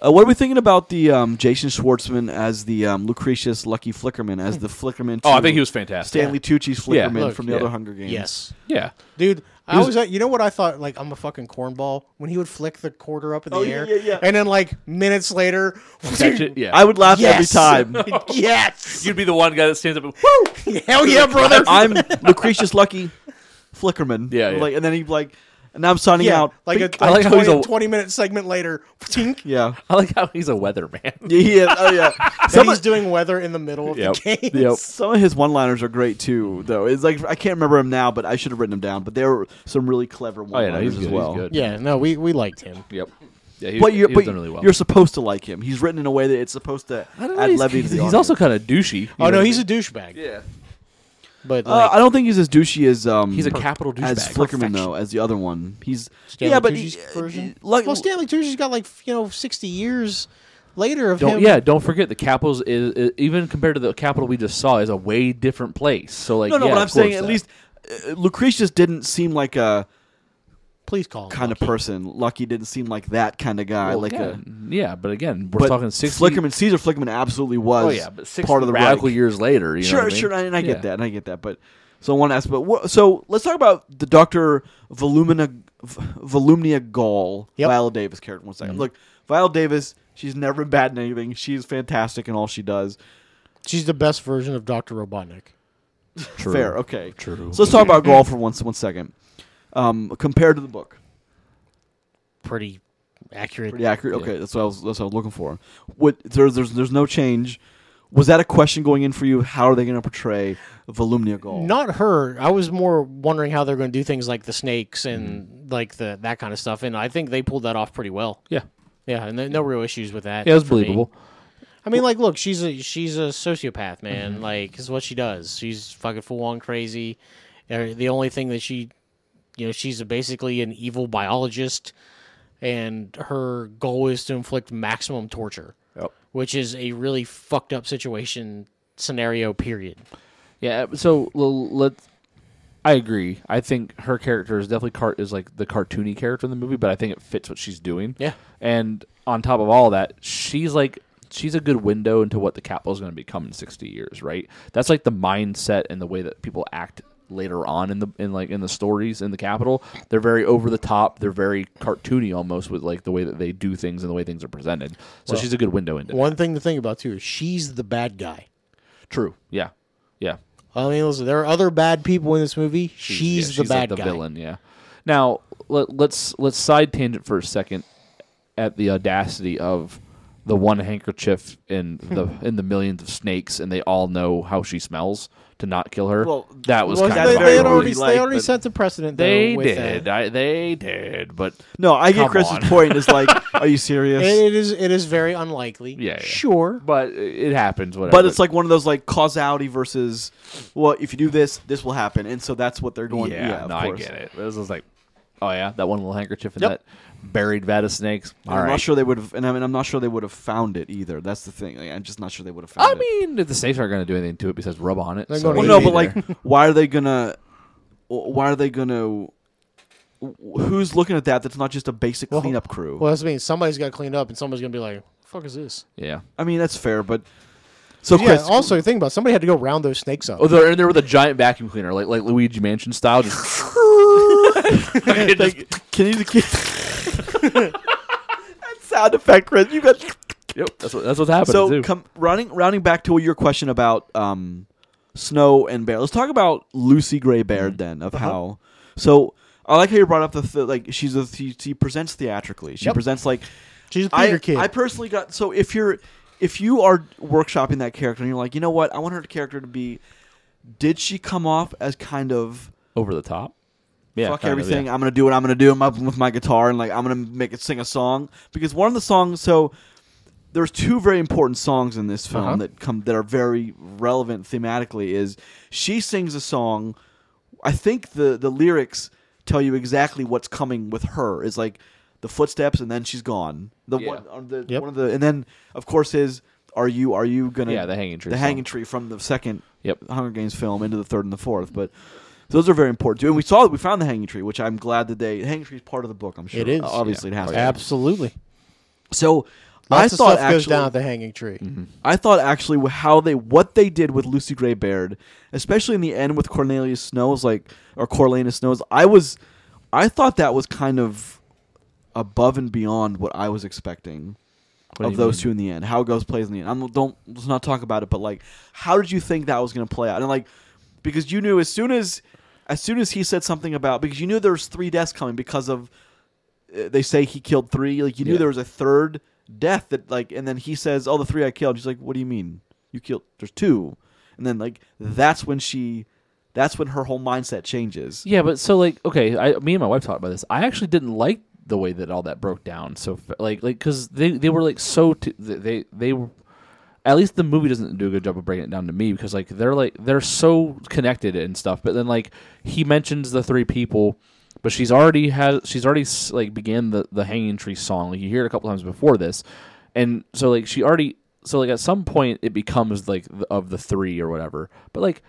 Uh, what are we thinking about the um, Jason Schwartzman as the um, Lucretius Lucky Flickerman as the Flickerman? Oh, I to think he was fantastic. Stanley Tucci's Yeah. Flickerman Look, from the yeah. other Hunger Games. Yes. Yeah, Dude, I was- was, at, you know what I thought? Like, I'm a fucking cornball. When he would flick the quarter up in the Oh, yeah, air, yeah, yeah. and then like minutes later, Catch it? Yeah, I would laugh Yes. every time. yes, you'd be the one guy that stands up. and hell yeah, brother. I'm Lucretius Lucky Flickerman. Yeah, yeah. Like, and then he'd be like, and now I'm signing yeah, out. like a Bink. like I like how he's 20, a- 20 minute segment later, tink. yeah. I like how he's a weatherman. Yeah, he is. Oh, yeah. Then he's doing weather in the middle of Yep. the game. Yep. Some of his one-liners are great too, though. It's like I can't remember him now, but I should have written him down. But there were some really clever Oh yeah, one-liners no, he's as good. He's well. good. Yeah, no, we we liked him. Yep. Yeah, he, But, you're, he's but done really well. you're supposed to like him. He's written in a way that it's supposed to add levity to the he's audience. also kind of douchey. Oh no, he's a douchebag. yeah. But Uh, like, I don't think he's as douchey as um. He's a capital douchebag. as Flickerman though, as the other one. He's Stanley yeah, but Tucci's he- version. like- well, Stanley Tucci's got like you know sixty years later of Don't him. yeah. Don't forget the Capitals is, is even compared to the Capitol we just saw is a way different place. So like no, no. yeah, but of I'm saying course at that. least uh, Lucretius didn't seem like a Please call him kind of Lucky. person. Lucky didn't seem like that kind of guy. Well, like yeah, a yeah, but again, we're but talking six Flickerman, Caesar Flickerman absolutely was. Oh yeah, but six part of the radical Reich. years later. You know Sure, what I mean? sure, and I get Yeah. that, and I get that. But so one aspect. But so let's talk about the Doctor Volumina V- Volumnia Gall, Yep. Viola Davis character. One Mm-hmm. second. look, Viola Davis. She's never been bad in anything. She's fantastic in all she does. She's the best version of Doctor Robotnik. True. Fair, okay. True. So let's talk about Gall for once, one second. Um, compared to the book, Pretty accurate. pretty accurate. Okay, that's what I was. That's what I was looking for. What there's there's there's no change. Was that a question going in for you? How are they going to portray Volumnia Gall? Not her. I was more wondering how they're going to do things like the snakes and like the that kind of stuff. And I think they pulled that off pretty well. Yeah. Yeah, and there- no real issues with that. Yeah, it was for me. believable. I mean, like, look, she's a she's a sociopath, man. Like, is what she does. She's fucking full on crazy. Er, The only thing that she, you know, she's basically an evil biologist, and her goal is to inflict maximum torture, Yep. which is a really fucked up situation scenario. Period. Yeah. So l- let. I agree. I think her character is definitely cart is like the cartoony character in the movie, but I think it fits what she's doing. Yeah. And on top of all that, she's like she's a good window into what the capital is going to become in 60 years, right? That's like the mindset and the way that people act later on in the in like in the stories in the capital. They're very over the top, they're very cartoony almost with like the way that they do things and the way things are presented. So she's a good window into. One thing to think about too is she's the bad guy. it. True. Yeah. Yeah. I mean, listen, there are other bad people in this movie. She's, yeah, the bad like the guy. villain. Yeah. Now let, let's let's side tangent for a second at the audacity of the one handkerchief in the in the millions of snakes, and they all know how she smells to not kill her. Well, that was Well, kind they, of that's they very had already, already they liked, already but- set the precedent. though, they with uh, that. did. I, they did, but no, I get Come Chris's on. point. Is like, are you serious? It- it is. It is very unlikely. Yeah, yeah. Sure. but it happens. Whatever. But it's like one of those like causality versus, well, if you do this, this will happen, and so that's what they're yeah, going. Yeah, yeah of no, I course. get it. This was like, oh yeah, that one little handkerchief and Yep. that buried vat of snakes. And All I'm right. not sure they would have, and I mean, I'm not sure they would have found it either. That's the thing. Like, I'm just not sure they would have found I it. mean, the snakes aren't going to do anything to it besides rub on it. They're so- gonna well, eat no, it but like, why are they gonna? wh- Why are they gonna? wh- Who's looking at that? That's not just a basic cleanup crew. Well, that's what I mean. Somebody's got to clean up, and somebody's gonna be like, "Fuck is this?" yeah. I mean, that's fair, but so Yeah. Chris, also, think about it, somebody had to go round those snakes up. Oh, they're in there with a giant vacuum cleaner, like like Luigi Mansion style. Just, It just- can you? Can, sound effect, Chris. You got Yep, that's what, that's what's happening so too. com- rounding rounding back to your question about um, snow and bear. Let's talk about Lucy Gray Mm-hmm. Baird then Uh-huh. of how. So I like how you brought up the th- like she's a she, she presents theatrically. She Yep. presents like She's a theater I kid. I personally got so if you're if you are workshopping that character and you're like you know what I want her character to be. Did she come off as kind of Over the top. Yeah, fuck kind of, everything. yeah. I'm gonna do what I'm gonna do. I'm up with my guitar and like I'm gonna make it sing a song because one of the songs. So there's two very important songs in this film Uh-huh. that come that are very relevant thematically. Is she sings a song? I think the the lyrics tell you exactly what's coming with her. Is like the footsteps and then she's gone. The Yeah. one, on the, Yep. one of the, and then of course is are you are you gonna Yeah, the hanging tree the song. hanging tree from the second Yep. Hunger Games film into the third and the fourth, but those are very important too. And we saw that we found the hanging tree, which I'm glad that they the hanging tree is part of the book. I'm sure It is, obviously it has to. be. Absolutely. So Lots I of thought stuff actually, goes down at the hanging tree. I thought actually how they what they did with Lucy Gray Baird, especially in the end with Cornelius Snows, like or Cornelius Snows, I was I thought that was kind of above and beyond what I was expecting What do of you those mean? two in the end. How it goes plays in the end. I'm don't let's not talk about it, but like how did you think that was gonna play out? And like because you knew as soon as as soon as he said something about because you knew there was three deaths coming because of uh, they say he killed three. Like you knew Yeah. there was a third death that like, and then he says, "Oh, the three I killed." She's like, "What do you mean? You killed? There's two. And then like that's when she, that's when her whole mindset changes. Yeah, but so like okay, I, me and my wife talked about this. I actually didn't like the way that all that broke down. So fa- like like because they they were like so t- they they. they were, at least the movie doesn't do a good job of breaking it down to me because like they're like they're so connected and stuff but then like he mentions the three people but she's already has she's already s- like began the the hanging tree song like you hear it a couple times before this and so like she already so like at some point it becomes like the, of the three or whatever but like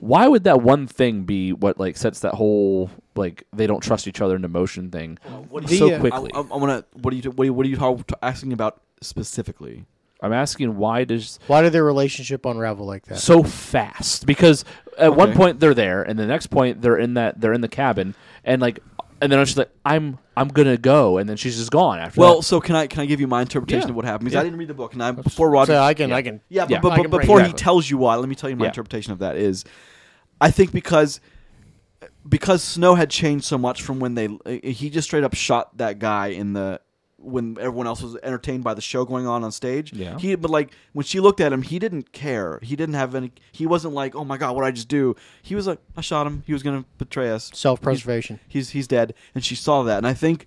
why would that one thing be what like sets that whole like they don't trust each other into motion thing What do so you- quickly I, I, I want to. What do you? What are you? What are you talk, asking about specifically? i'm asking why does Why did their relationship unravel like that? so fast because at one Okay. point they're there and the next point they're in that they're in the cabin and like and then she's like i'm i'm gonna go and then she's just gone after Well, that. so can I? Can I give you my interpretation Yeah. of what happened? Because Yeah. I didn't read the book, and I before Roger. So I can, I Yeah. can. Yeah, Yeah. but, I but, can but break before it he down. tells you why, let me tell you my Yeah. interpretation of that is, I think because because Snow had changed so much from when they he just straight up shot that guy in the when everyone else was entertained by the show going on on stage. Yeah. He but like when she looked at him, he didn't care. He didn't have any. He wasn't like, oh my god, what did I just do? He was like, I shot him. He was gonna betray us Self-preservation. he's he's dead and she saw that and i think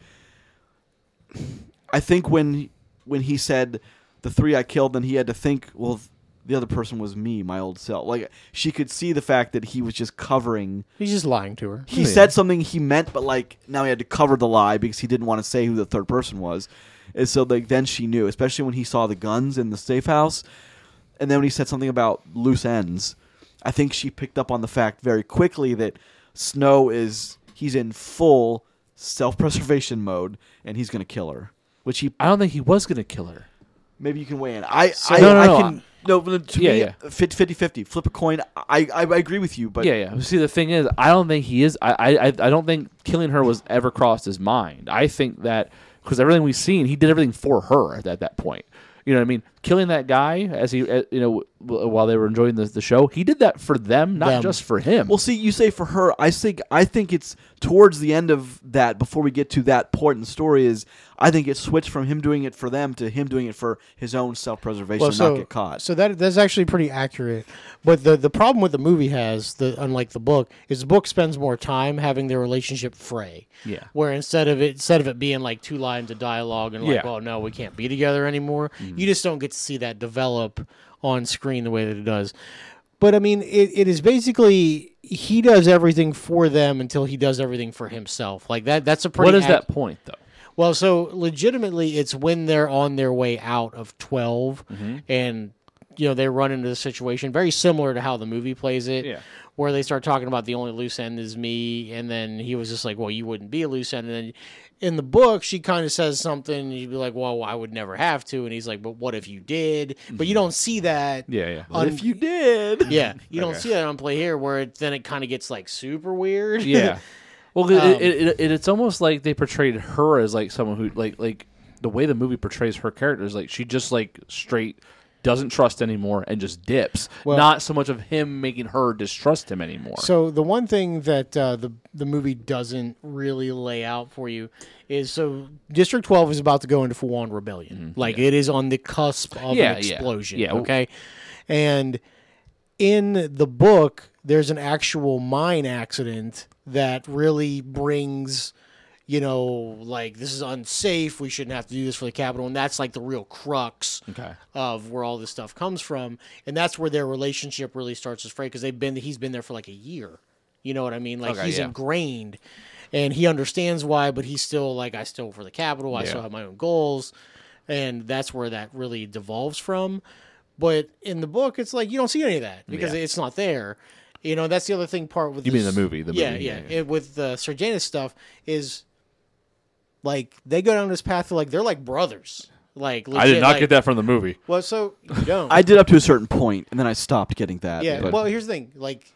i think when when he said the three i killed then he had to think well the other person was me my old self like she could see the fact that he was just covering He's just lying to her. he said something he meant but like now he had to cover the lie because he didn't want to say who the third person was and so like then she knew especially when he saw the guns in the safe house and then when he said something about loose ends i think she picked up on the fact very quickly that snow is he's in full self-preservation mode and he's going to kill her which he i don't think he was gonna kill her maybe you can weigh in i I, No, no, no, I can no, but to Yeah, me, yeah. 50-50 flip a coin I, I i agree with you but yeah yeah see the thing is i don't think he is i i i I don't think killing her was ever crossed his mind i think that because everything we've seen he did everything for her at, at that point you know what i mean killing that guy as he uh, you know w- while they were enjoying the, the show he did that for them not Them. just for him Well, see, you say for her. I think I think it's towards the end of that. Before we get to that point in the story, is I think it switched from him doing it for them to him doing it for his own self preservation, Well, and so, not get caught. so that that's actually pretty accurate. But the the problem with the movie has the unlike the book is the book spends more time having their relationship fray. Yeah. Where instead of it instead of it being like two lines of dialogue and like, Yeah. Mm-hmm. oh no, we can't be together anymore. You just don't get to see that develop on screen the way that it does. But I mean, it, it is basically he does everything for them until he does everything for himself. Like that. That's a pretty. what is ac- that point though well, so legitimately, it's when they're on their way out of 12 Mm-hmm. and you know they run into the situation very similar to how the movie plays it, Yeah. where they start talking about the only loose end is me, and then he was just like, "Well, you wouldn't be a loose end." And then in the book, she kind of says something, and you'd be like, "Well, I would never have to," and he's like, "But what if you did?" But you don't see that. Mm-hmm. yeah yeah un- if you did, yeah, you don't see that on play here, where it, then it kind of gets like super weird. Um, Yeah. Well, 'cause it, it, it, it's almost like they portrayed her as like someone who like like the way the movie portrays her character is like she just like straight doesn't trust anymore and just dips. Well- Not so much of him making her distrust him anymore. So the one thing that uh, the the movie doesn't really lay out for you is so District Twelve is about to go into full on rebellion. like it is on the cusp of Mm-hmm. Yeah, an yeah, explosion. yeah. Okay, and in the book, there's an actual mine accident that really brings. You know, like this is unsafe. We shouldn't have to do this for the capital, and that's like the real crux okay. of where all this stuff comes from, and that's where their relationship really starts to fray because they've been he's been there for like a year. You know what I mean? Like Okay, he's yeah. ingrained, and he understands why, but he's still like I still for the capital. I Yeah. still have my own goals, and that's where that really devolves from. But in the book, it's like you don't see any of that because Yeah. it's not there. You know, that's the other thing. Part with You mean this- the movie, the yeah, movie, yeah, yeah, yeah. It, with the Sir Janus stuff is like they go down this path. Like they're like brothers. Like I did legit, not like- get that from the movie. well, so you don't. I did up to a certain point, and then I stopped getting that. yeah. but- Well, here's the thing. Like,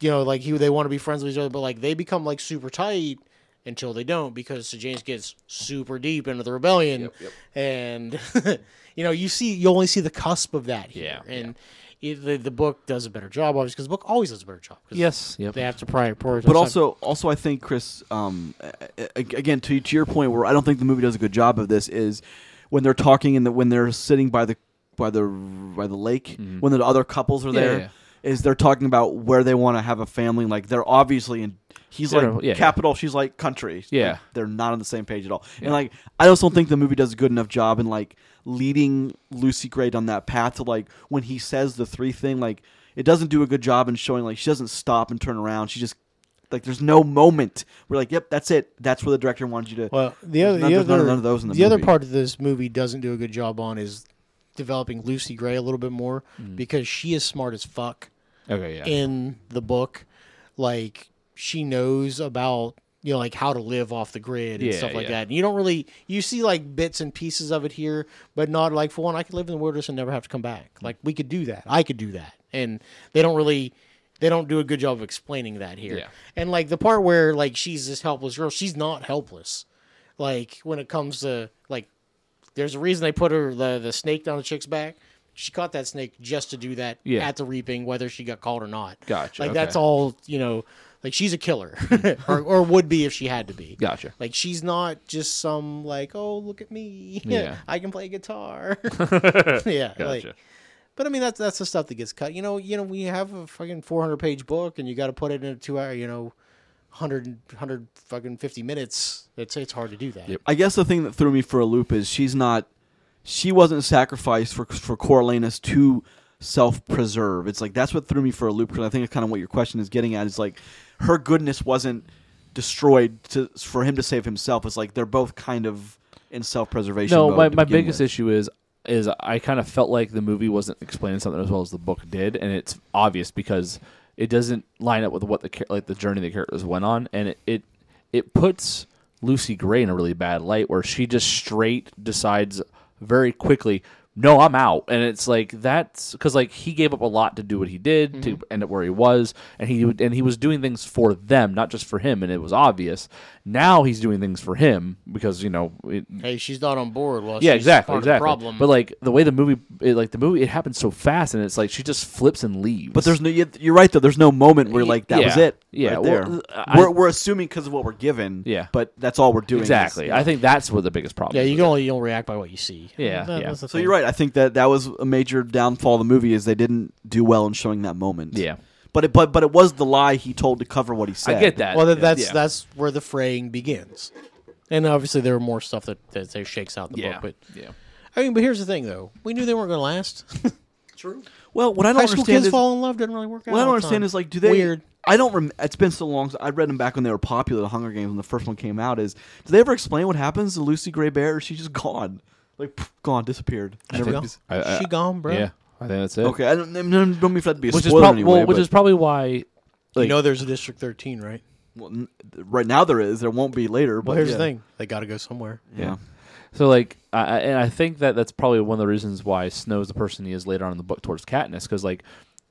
you know, like he they want to be friends with each other, but like they become like super tight until they don't because Sir James gets super deep into the rebellion, and you know you see you only see the cusp of that here, Yeah, and It, the, the book does a better job obviously because the book always does a better job. 'cause Yes. Yep. they have to prioritize. but also, also I think Chris, um, a- a- again to, to your point, where I don't think the movie does a good job of this is when they're talking and the, when they're sitting by the by the by the lake when the other couples are Mm-hmm. Yeah, there yeah, is they're talking about where they want to have a family. Like they're obviously in. He's They're- like yeah, yeah. capital. She's like country. Yeah. Like, they're not on the same page at all. And like, I also don't think the movie does a good enough job in like leading Lucy Gray down that path to like when he says the three thing. Like, it doesn't do a good job in showing like she doesn't stop and turn around. She just like there's no moment. We're like, yep, that's it. That's where the director wanted you to. Well, the other, none- the there's other, none- none of those in the other movie. part of this movie doesn't do a good job on is developing Lucy Gray a little bit more Mm. because she is smart as fuck. Okay. Yeah. in the book like she knows about you know like how to live off the grid and Yeah, stuff like yeah. that and you don't really you see like bits and pieces of it here but not like for one i could live in the wilderness and never have to come back Mm. like we could do that i could do that and they don't really they don't do a good job of explaining that here Yeah. and like the part where like she's this helpless girl she's not helpless like when it comes to like there's a reason they put her the, the snake down the chick's back. She caught that snake just to do that Yeah. at the reaping, whether she got caught or not. Gotcha, Like okay. Mm-hmm. that's all you know. Like she's a killer, or, or would be if she had to be. Gotcha. Like she's not just some like oh look at me, Yeah. I can play guitar. yeah. Gotcha. Like, but I mean that's that's the stuff that gets cut. You know, you know we have a fucking 400 page book, and you got to put it in a two hour, you know, 100 100 fucking 50 minutes. It's it's hard to do that. Yep. I guess the thing that threw me for a loop is she's not, she wasn't sacrificed for for Coriolanus to self preserve. It's like that's what threw me for a loop because I think it's kind of what your question is getting at. Is like her goodness wasn't destroyed to for him to save himself. It's like they're both kind of in self preservation. No, my, my biggest issue is is I kind of felt like the movie wasn't explaining something as well as the book did, and it's obvious because it doesn't line up with what the char- like the journey the characters went on, and it it, it puts Lucy Gray in a really bad light where she just straight decides very quickly. No, I'm out, and it's like that's because like he gave up a lot to do what he did to end up where he was, and he would- and he was doing things for them, not just for him, and it was obvious. Now he's doing things for him because you know it, hey, she's not on board. Well, yeah, she's exactly, part of the exactly. problem. But like the way the movie, it, like the movie, it happens so fast, and it's like she just flips and leaves. But there's no, yet- you're right though. There's no moment where Y- like that was yeah. it. Yeah, right well, uh, there. I- we're we're assuming because of what we're given. Yeah. but that's all we're doing. is- exactly. I think that's what the biggest problem. yeah, is you with can only you don't react by what you see. Yeah, yeah. that's the So thing. you're right. I think that that was a major downfall of the movie is they didn't do well in showing that moment. it. Yeah, But it, but but it was the lie he told to cover what he said. I get that. Well, that, that's yeah. that's where the fraying begins, and obviously there are more stuff that that, that shakes out the yeah, book. yeah. But I mean, but here's the thing though, we knew they weren't going to last. Well, what I don't High school understand kids is fall in love doesn't really work out. what I all don't the time. understand is like do they weird? I don't. Rem- it's been so long. s- I read them back when they were popular. The Hunger Games when the first one came out is. Do they ever explain what happens to Lucy Gray Bear? Or is she just gone? Like pff, gone, disappeared. Never- Gone. I- I- she gone, bro. Yeah, I think that's it. okay, I don't, I don't mean for that to be a which is spoiler prob- anyway. well, which but- is probably why. you know, there's a District 13, right? well, n- right now there is. There won't be later. But Well, here's yeah. the thing: they got to go somewhere. Yeah. So like, I, I- and I think that that's probably one of the reasons why Snow's the person he is later on in the book towards Katniss, because like,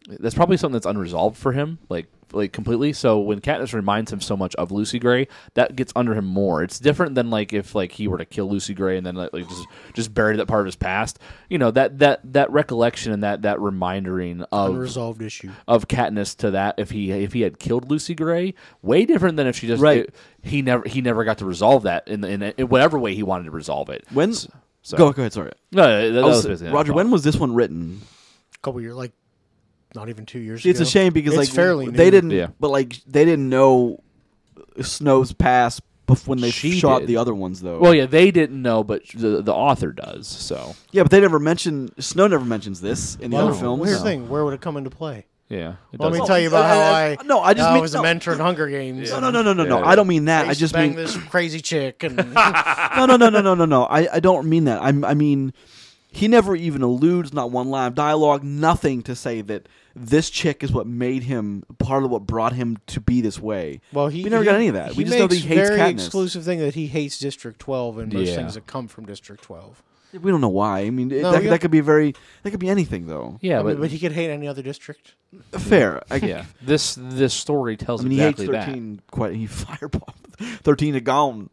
that's probably something that's unresolved for him, like like completely. So when Katniss reminds him so much of Lucy Gray, that gets under him more. It's different than like if like he were to kill Lucy Gray and then like like, just just bury that part of his past. You know that that that recollection and that that remindering of Unresolved issue. of Katniss to that if he if he had killed Lucy Gray, way different than if she just Right. it- he never he never got to resolve that in the, in, in whatever way he wanted to resolve it. When so, so- go go ahead, sorry. No, that- that I was was- basically my Roger, thought. when was this one written? couple years, like not even two years. It's ago. a shame because It's like fairly they new. didn't, Yeah. but like they didn't know Snow's past bef- when they She shot did. the other ones though. Well, yeah, they didn't know, but the, the author does. So yeah, but they never mention Snow never mentions this in the Well, other films. Here's the Oh, thing: where would it come into play? yeah, it Let does. me tell you about I- how I- I, Uh, no, I just how mean- was no. a mentor in Hunger Games. No, no, no, no, no, no. Yeah. I don't mean that. I, I used to just bang mean this crazy chick, and no, no, no, no, no, no, no. I, I don't mean that. I, I mean, he never even alludes, not one line of dialogue, nothing to say that this chick is what made him part of what brought him to be this way. well, he we never he- got any of that. He We just know that makes he hates very Katniss. exclusive thing that he hates District Twelve and most Yeah. things that come from District Twelve. We don't know why. I mean, it- No, that, we- that could be very. That could be anything, though. yeah, I mean, but, but, he could hate any other district. Fair. I, yeah, this this story I tells mean, exactly he hates that. thirteen. Quite. He fireball. thirteen are gone.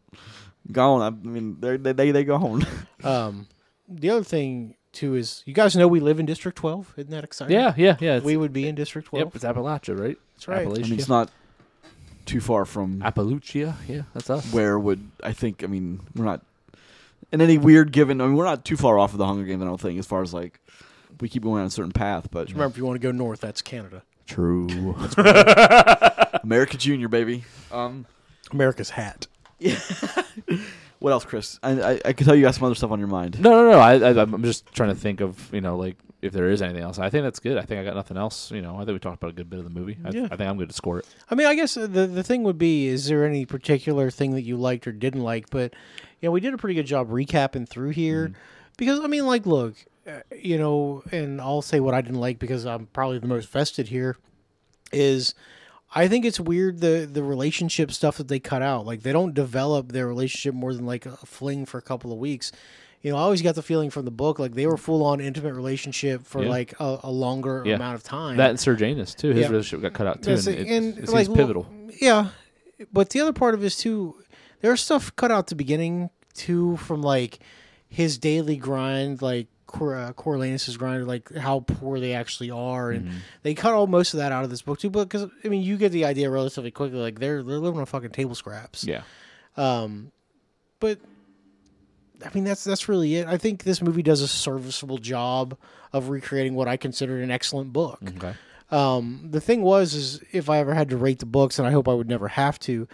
Gone. I mean, they're, they they they gone. Um, the other thing too is you guys know we live in District Twelve. Isn't that exciting? Yeah, yeah, yeah. It's, we would be in District Twelve. yep, it's Appalachia, right? That's I right. Appalachia. mean, it's not too far from Appalachia, yeah, that's us. where would I think? I mean, we're not in any weird given. I mean, we're not too far off of the Hunger Games. I don't think, as far as like we keep going on a certain path. But Remember, if you want to go north, that's Canada. True. America Junior, baby. Um, America's hat. what else, Chris? I, I I could tell you got some other stuff on your mind. No, no, no. I, I, I'm just trying to think of you know like if there is anything else. I think that's good. I think I got nothing else. You know, I think we talked about a good bit of the movie. I, Yeah. I think I'm good to score it. I mean, I guess uh, the the thing would be: is there any particular thing that you liked or didn't like? But you know, we did a pretty good job recapping through here, Mm-hmm. because I mean, like, look, uh, you know, and I'll say what I didn't like because I'm probably the most vested here. Is I think it's weird the the relationship stuff that they cut out. Like, they don't develop their relationship more than like a fling for a couple of weeks. You know, I always got the feeling from the book like they were full on intimate relationship for Yeah. like a, a longer Yeah. amount of time. That and Sir Janus too. His Yeah. relationship got cut out too. That's And it. it, And, it like, seems pivotal. yeah, but the other part of it is too. There's stuff cut out the beginning too from like his daily grind, like Cor- uh, Coriolanus's grind, like how poor they actually are, and they cut all most of that out of this book too. But because I mean, you get the idea relatively quickly. Like they're they're living on fucking table scraps. Yeah. Um, but I mean, that's that's really it. I think this movie does a serviceable job of recreating what I considered an excellent book. Okay. Um, the thing was, is if I ever had to rate the books, and I hope I would never have to,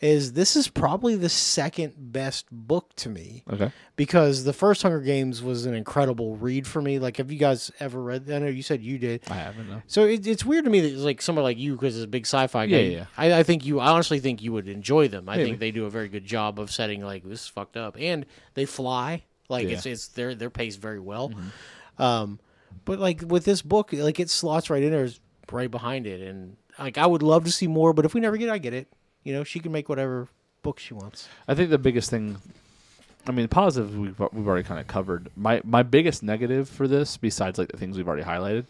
is this is probably the second best book to me Okay. because the first Hunger Games was an incredible read for me. Like, have you guys ever read? I know you said you did. I haven't. No. So it, it's weird to me that like someone like you, because it's a big sci-fi guy. Yeah, yeah, yeah. I, I think you. I honestly think you would enjoy them. I Maybe. think they do a very good job of setting like this is fucked up, and they fly. Like it's it's they're they're paced very well. Mm-hmm. Um, but like with this book, like it slots right in there, is right behind it, and like I would love to see more. But if we never get, it, I get it. You know, she can make whatever book she wants. I think the biggest thing, I mean, positives we've we've already kind of covered. My my biggest negative for this, besides like the things we've already highlighted,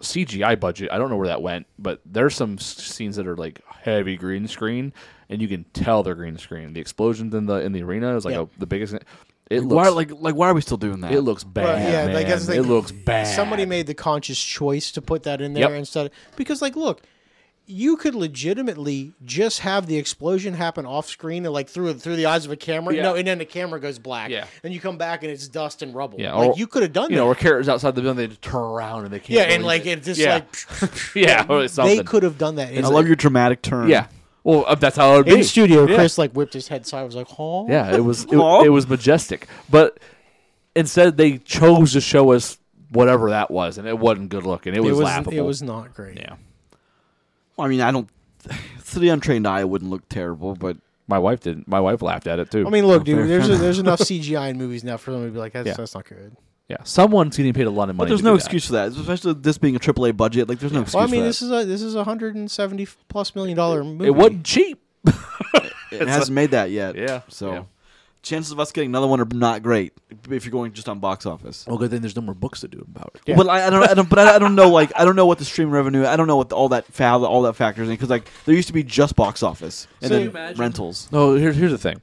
CGI budget. I don't know where that went, but there's some s- scenes that are like heavy green screen, and you can tell they're green screen. The explosions in the in the arena is like Yeah. a, the biggest. It looks Why like like why are we still doing that? it looks bad. yeah, man. like, that's the it thing. looks bad. somebody made the conscious choice to put that in there Yep. instead because like look you could legitimately just have the explosion happen off screen and like through through the eyes of a camera Yeah. no and then the camera goes black Yeah. and you come back and it's dust and rubble Yeah, like or- you could have done You know, that or characters outside the building, they just turn around and they can't. yeah and like believe it just Yeah. like yeah, or something. they could have done that in, I love your dramatic turn. Yeah. Well, uh, that's how it would be. in studio Yeah. chris like whipped his head side was like oh Yeah, it was it, Aw. it was majestic, but instead they chose to show us whatever that was, and it wasn't good looking. It it was, was laughable. it was not great yeah. Well, I mean, I don't. To the untrained eye, it wouldn't look terrible, but My wife didn't. My wife laughed at it too. I mean, look, dude. There's a, there's enough CGI in movies now for them to be like, that's, Yeah. that's not good. yeah, someone's getting paid a lot of money. there's to no do excuse for that, especially this being a AAA budget. Like, there's no excuse. Well, I mean, for this is a this is a hundred and seventy plus million dollar That. movie. It wasn't cheap. that. it hasn't made that yet. Yeah, So yeah. chances of us getting another one are not great if you're going just on box office. Well, good thing there's no more books to do about it. Yeah. Well, I, I don't, I don't, but I, I don't know. Like, I don't know what the stream revenue. I don't know what the, all that fa- how all that factors in because like there used to be just box office and So you then imagine- rentals. No, here's here's the thing.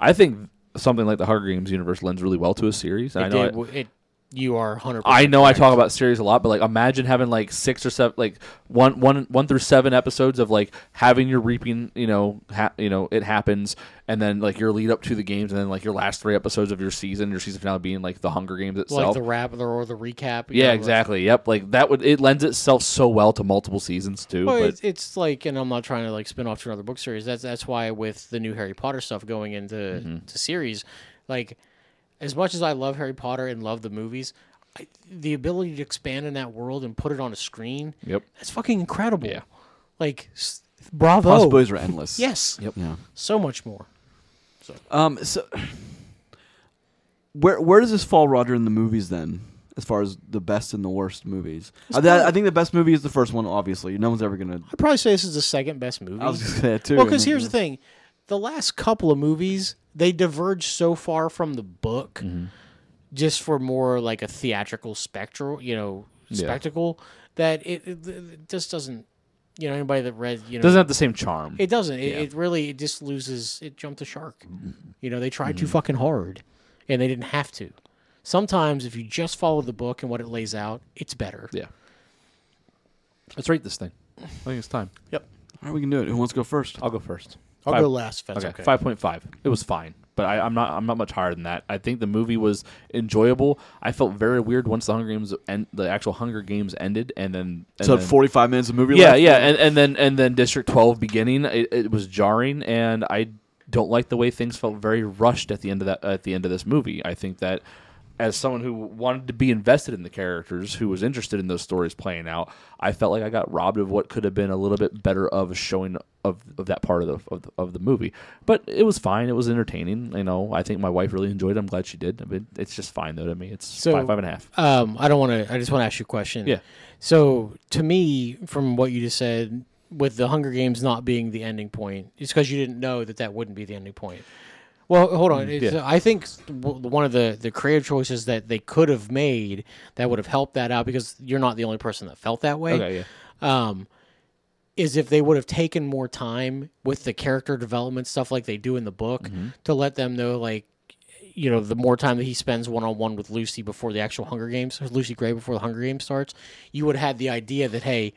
I think something like the Hunger Games universe lends really well to a series. and I know did it- w- it, you are 100%. I know I talk about series a lot, but like imagine having like six or seven, like one one one through seven episodes of like having your reaping, you know, ha- you know, it happens, and then like your lead up to the games, and then like your last three episodes of your season, your season finale being like the Hunger Games like itself. the wrap or the, or the recap. you yeah, know, like- exactly. Yep, like that would it lends itself so well to multiple seasons too. Well, but it's, it's like, and I'm not trying to like spin off to another book series. That's that's why with the new Harry Potter stuff going into Mm-hmm. to series, like as much as I love Harry Potter and love the movies, I, the ability to expand in that world and put it on a screen, yep, that's fucking incredible. Yeah. Like, s- bravo. Oh. Possibilities are endless. Yes. Yep. Yeah. So much more. Um. So, where where does this fall, Roger, in the movies then? As far as the best and the worst movies, I, th- I think the best movie is the first one. Obviously, no one's ever gonna. I'd probably say this is the second best movie. I was gonna say that too. Well, I because mean, here's the thing: the last couple of movies they diverge so far from the book, just for more like a theatrical spectral, you know, Yeah. spectacle that it, it, it just doesn't. You know, anybody that read, you know, doesn't have the same charm. it doesn't. It, it really it just loses. It jumped the shark. You know, they tried too fucking hard, and they didn't have to. Sometimes, if you just follow the book and what it lays out, it's better. yeah, let's rate this thing. I think it's time. All right, we can do it. Who wants to go first? I'll go first. I'll Five- go last. If that's okay, okay. five point five. It was fine, but I, I'm not. I'm not much higher than that. I think the movie was enjoyable. I felt very weird once the Hunger Games and the actual Hunger Games ended, and then and so, then- forty five minutes of movie. Yeah, left? yeah, and, and then and then District Twelve beginning. It, it was jarring, and I don't like the way things felt very rushed at the end of that at the end of this movie. I think that as someone who wanted to be invested in the characters, who was interested in those stories playing out, I felt like I got robbed of what could have been a little bit better of a showing of, of that part of the, of the of the movie. But it was fine. It was entertaining. You know, I think my wife really enjoyed it. I'm glad she did. I mean, it's just fine though to me. It's So- five five and a half. Um, I don't want to. I just want to ask you a question. Yeah. So to me, from what you just said, with the Hunger Games not being the ending point, it's because you didn't know that that wouldn't be the ending point. Well, hold on. It's- Mm, yeah. I think s- w- one of the the creative choices that they could have made that would have helped that out because you're not the only person that felt that way. Okay, yeah. Um, is if they would have taken more time with the character development stuff like they do in the book Mm-hmm. to let them know like you know, the more time that he spends one on one with Lucy before the actual Hunger Games, or Lucy Gray before the Hunger Games starts, you would have had the idea that hey,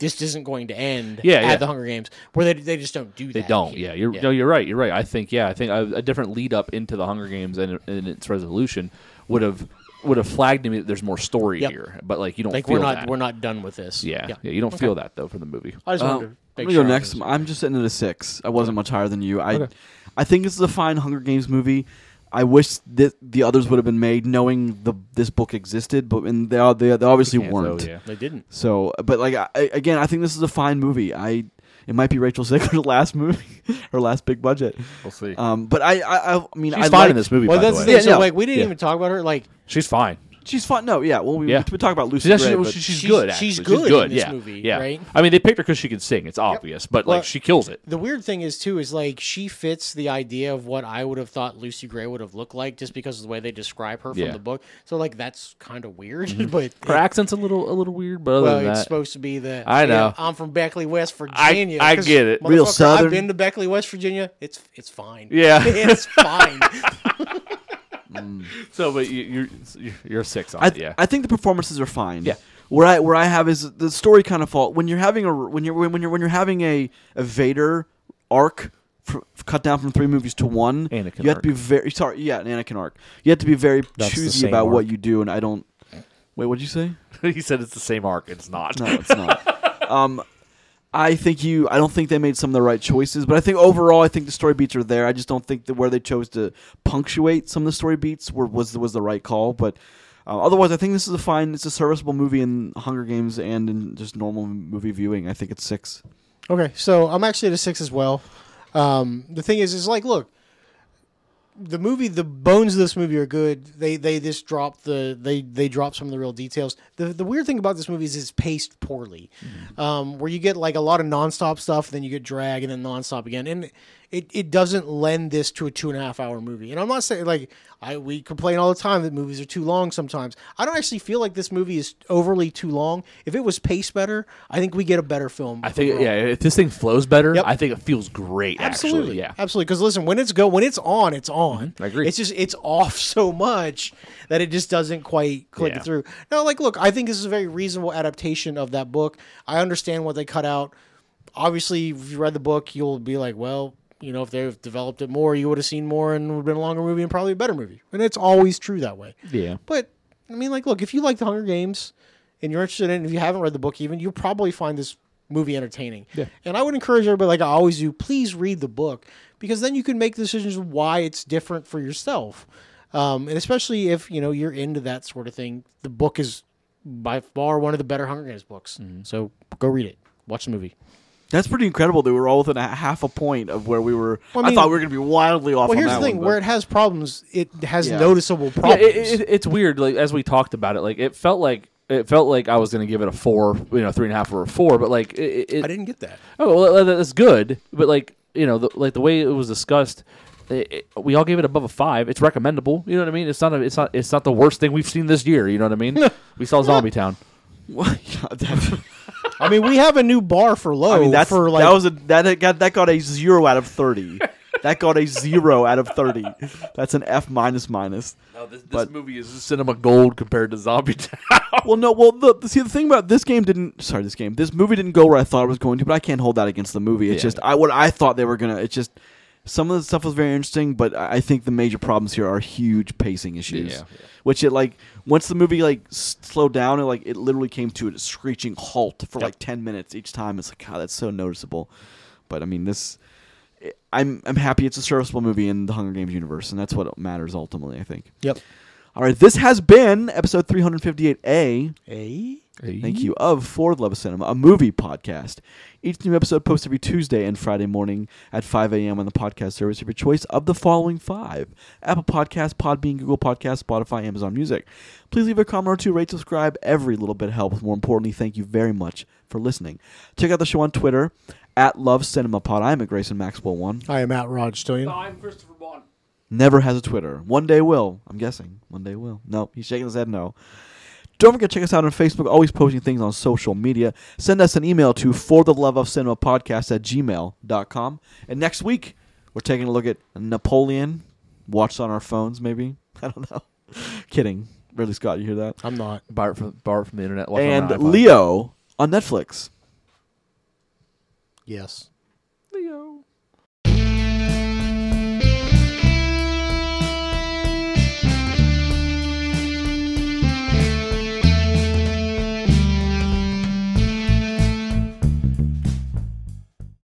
this isn't going to end Yeah, at yeah. the Hunger Games, where they, they just don't do that. They don't. here. Yeah, you're no, you're right. You're right. I think yeah, I think a, a different lead up into the Hunger Games and, and its resolution would have would have flagged to me that there's more story Yep. here. But like you don't like feel we're not that. we're not done with this. yeah, yeah, you don't feel that though from the movie. I just wanted Um, to I'm make gonna sure go I next. was- I'm just sitting at a six. I wasn't much higher than you. I, I think this is a fine Hunger Games movie. I wish that the others would have been made, knowing the this book existed, but and they are, they, they obviously Yeah, weren't. so, yeah. They didn't. So, but like I, again, I think this is a fine movie. I it might be Rachel Zegler's last movie, her last big budget. We'll see. Um, but I I, I, I mean she's I fine in liked- this movie. Well, by that's the the way. thing. so yeah. like we didn't Yeah. even talk about her. Like she's fine. She's fine. No, yeah. Well, we Yeah. we talked about Lucy. She's, actually, Gray, well, but- she- she's She's- good. she's actually. good She's good. in this yeah. movie, yeah. right? I mean, they picked her because she could sing. It's obvious, but like Well- she kills it. the weird thing is too is like she fits the idea of what I would have thought Lucy Gray would have looked like just because of the way they describe her from Yeah. Mm-hmm. the book. So like that's kind of weird, but Her accent's a little a little weird, but other Well, than it's that, supposed to be the. I you know. I'm from Beckley, West I- Virginia. I 'Cause, get it. Real motherfucker, Southern. I've been to Beckley, West Virginia. It's it's fine. Yeah. it's fine. so but you, you're you're- you're six on I, it. Yeah, I think the performances are fine. Yeah. Where I where I have is the story kind of fault when you're having a when you're when you're when you're having a, a Vader arc fr cut down from three movies to one. Anakin you have to be very sorry. Yeah, an Anakin arc. You have to be very That's the choosy same about what arc. you do, and I don't. Wait, what'd you say? he said it's the same arc. It's not. No, it's not. um, I think you. I don't think they made some of the right choices, but I think overall, I think the story beats are there. I just don't think that where they chose to punctuate some of the story beats were, was was the right call. But uh, otherwise, I think this is a fine. It's a serviceable movie in Hunger Games and in just normal movie viewing. I think it's six. Okay, so I'm actually at a six as well. Um, the thing is, is like, look, the movie, the bones of this movie are good. They they just drop the they they drop some of the real details. The the weird thing about this movie is it's paced Mm-hmm. poorly, um, where you get like a lot of nonstop stuff, then you get drag, and then nonstop again, and it, it doesn't lend this to a two and a half hour movie. And I'm not saying like I we complain all the time that movies are too long sometimes. I don't actually feel like this movie is overly too long. If it was paced better, I think we get a better film. I think overall. yeah, if this thing flows better, Yep. I think it feels great. Absolutely. actually. yeah. Mm-hmm. Absolutely. Because listen, when it's go when it's on, it's on. I agree. It's just it's off so much that it just doesn't quite click Yeah. through. No, like look, I think this is a very reasonable adaptation of that book. I understand what they cut out. Obviously, if you read the book, you'll be like, well, you know, if they've developed it more, you would have seen more and would have been a longer movie and probably a better movie. And it's always true that way. Yeah. But I mean, like, look, if you like the Hunger Games and you're interested in, if you haven't read the book even, you'll probably find this movie entertaining. Yeah. And I would encourage everybody, like I always do, please read the book because then you can make decisions why it's different for yourself. Um, and especially if you know you're into that sort of thing, the book is by far one of the better Hunger Games books. Mm-hmm. So go read it. Watch the movie. That's pretty incredible that we were all within a half a point of where we were. Well, I I, mean- thought we were going to be wildly off. on Well, here's that the thing: one, but- where it has problems, it has Yeah. noticeable Yeah, problems. it, it, it's weird. Like as we talked about it, like it felt like it felt like I was going to give it a four, you know, three and a half or a four, but like it, it, I didn't get that. Oh, well, that- that's good. But like you know, the, like the way it was discussed, it, it- we all gave it above a five. It's recommendable. You know what I mean? It's not. A, it's not. It's not the worst thing we've seen this year. You know what I mean? we saw Zombie Town. Yeah, that- I mean, we have a new bar for low. I mean, that's for like that was a that got that got a zero out of thirty. that got a zero out of thirty. That's an F minus minus. this But- movie is cinema gold compared to Zombie Town. Oh. Well, no. Well, the, the- see the thing about this game didn't. Sorry, this game. This movie didn't go where I thought it was going to. But I can't hold that against the movie. It's Yeah. just I what I thought they were gonna. It's just some of the stuff was very interesting, but I I think the major problems here are huge pacing issues. Yeah. Which it like once the movie like s- slowed down, it like it literally came to a screeching halt for like ten minutes each time. It's like God, that's so noticeable. But I mean this. eh, I'm I'm happy it's a serviceable movie in the Hunger Games universe, and that's what matters ultimately. I think. yep. All right, this has been episode 358A. A Thank you. Of For the Love of Cinema, a movie podcast. Each new episode posts every Tuesday and Friday morning at 5 a.m. on the podcast service of your choice of the following five Apple Podcasts, Podbean, Google Podcasts, Spotify, Amazon Music. Please leave a comment or two, rate, subscribe. Every little bit helps. More importantly, thank you very much for listening. Check out the show on Twitter at Love Cinema Pod. I'm at Grayson Maxwell One. I am at Rod Oh, Stillion. I'm Christopher Bond. Never has a Twitter. One day will. I'm guessing. One day will. No, he's shaking his head no. Don't forget to check us out on Facebook, always posting things on social media. Send us an email to for the love of cinema podcast at gmail.com. And next week, we're taking a look at Napoleon. Watched on our phones, maybe. I don't know. Kidding. Ridley Scott, you hear that? I'm not. Borrow it from borrow it from the internet. watch it on And an iPod. Leo on Netflix. Yes.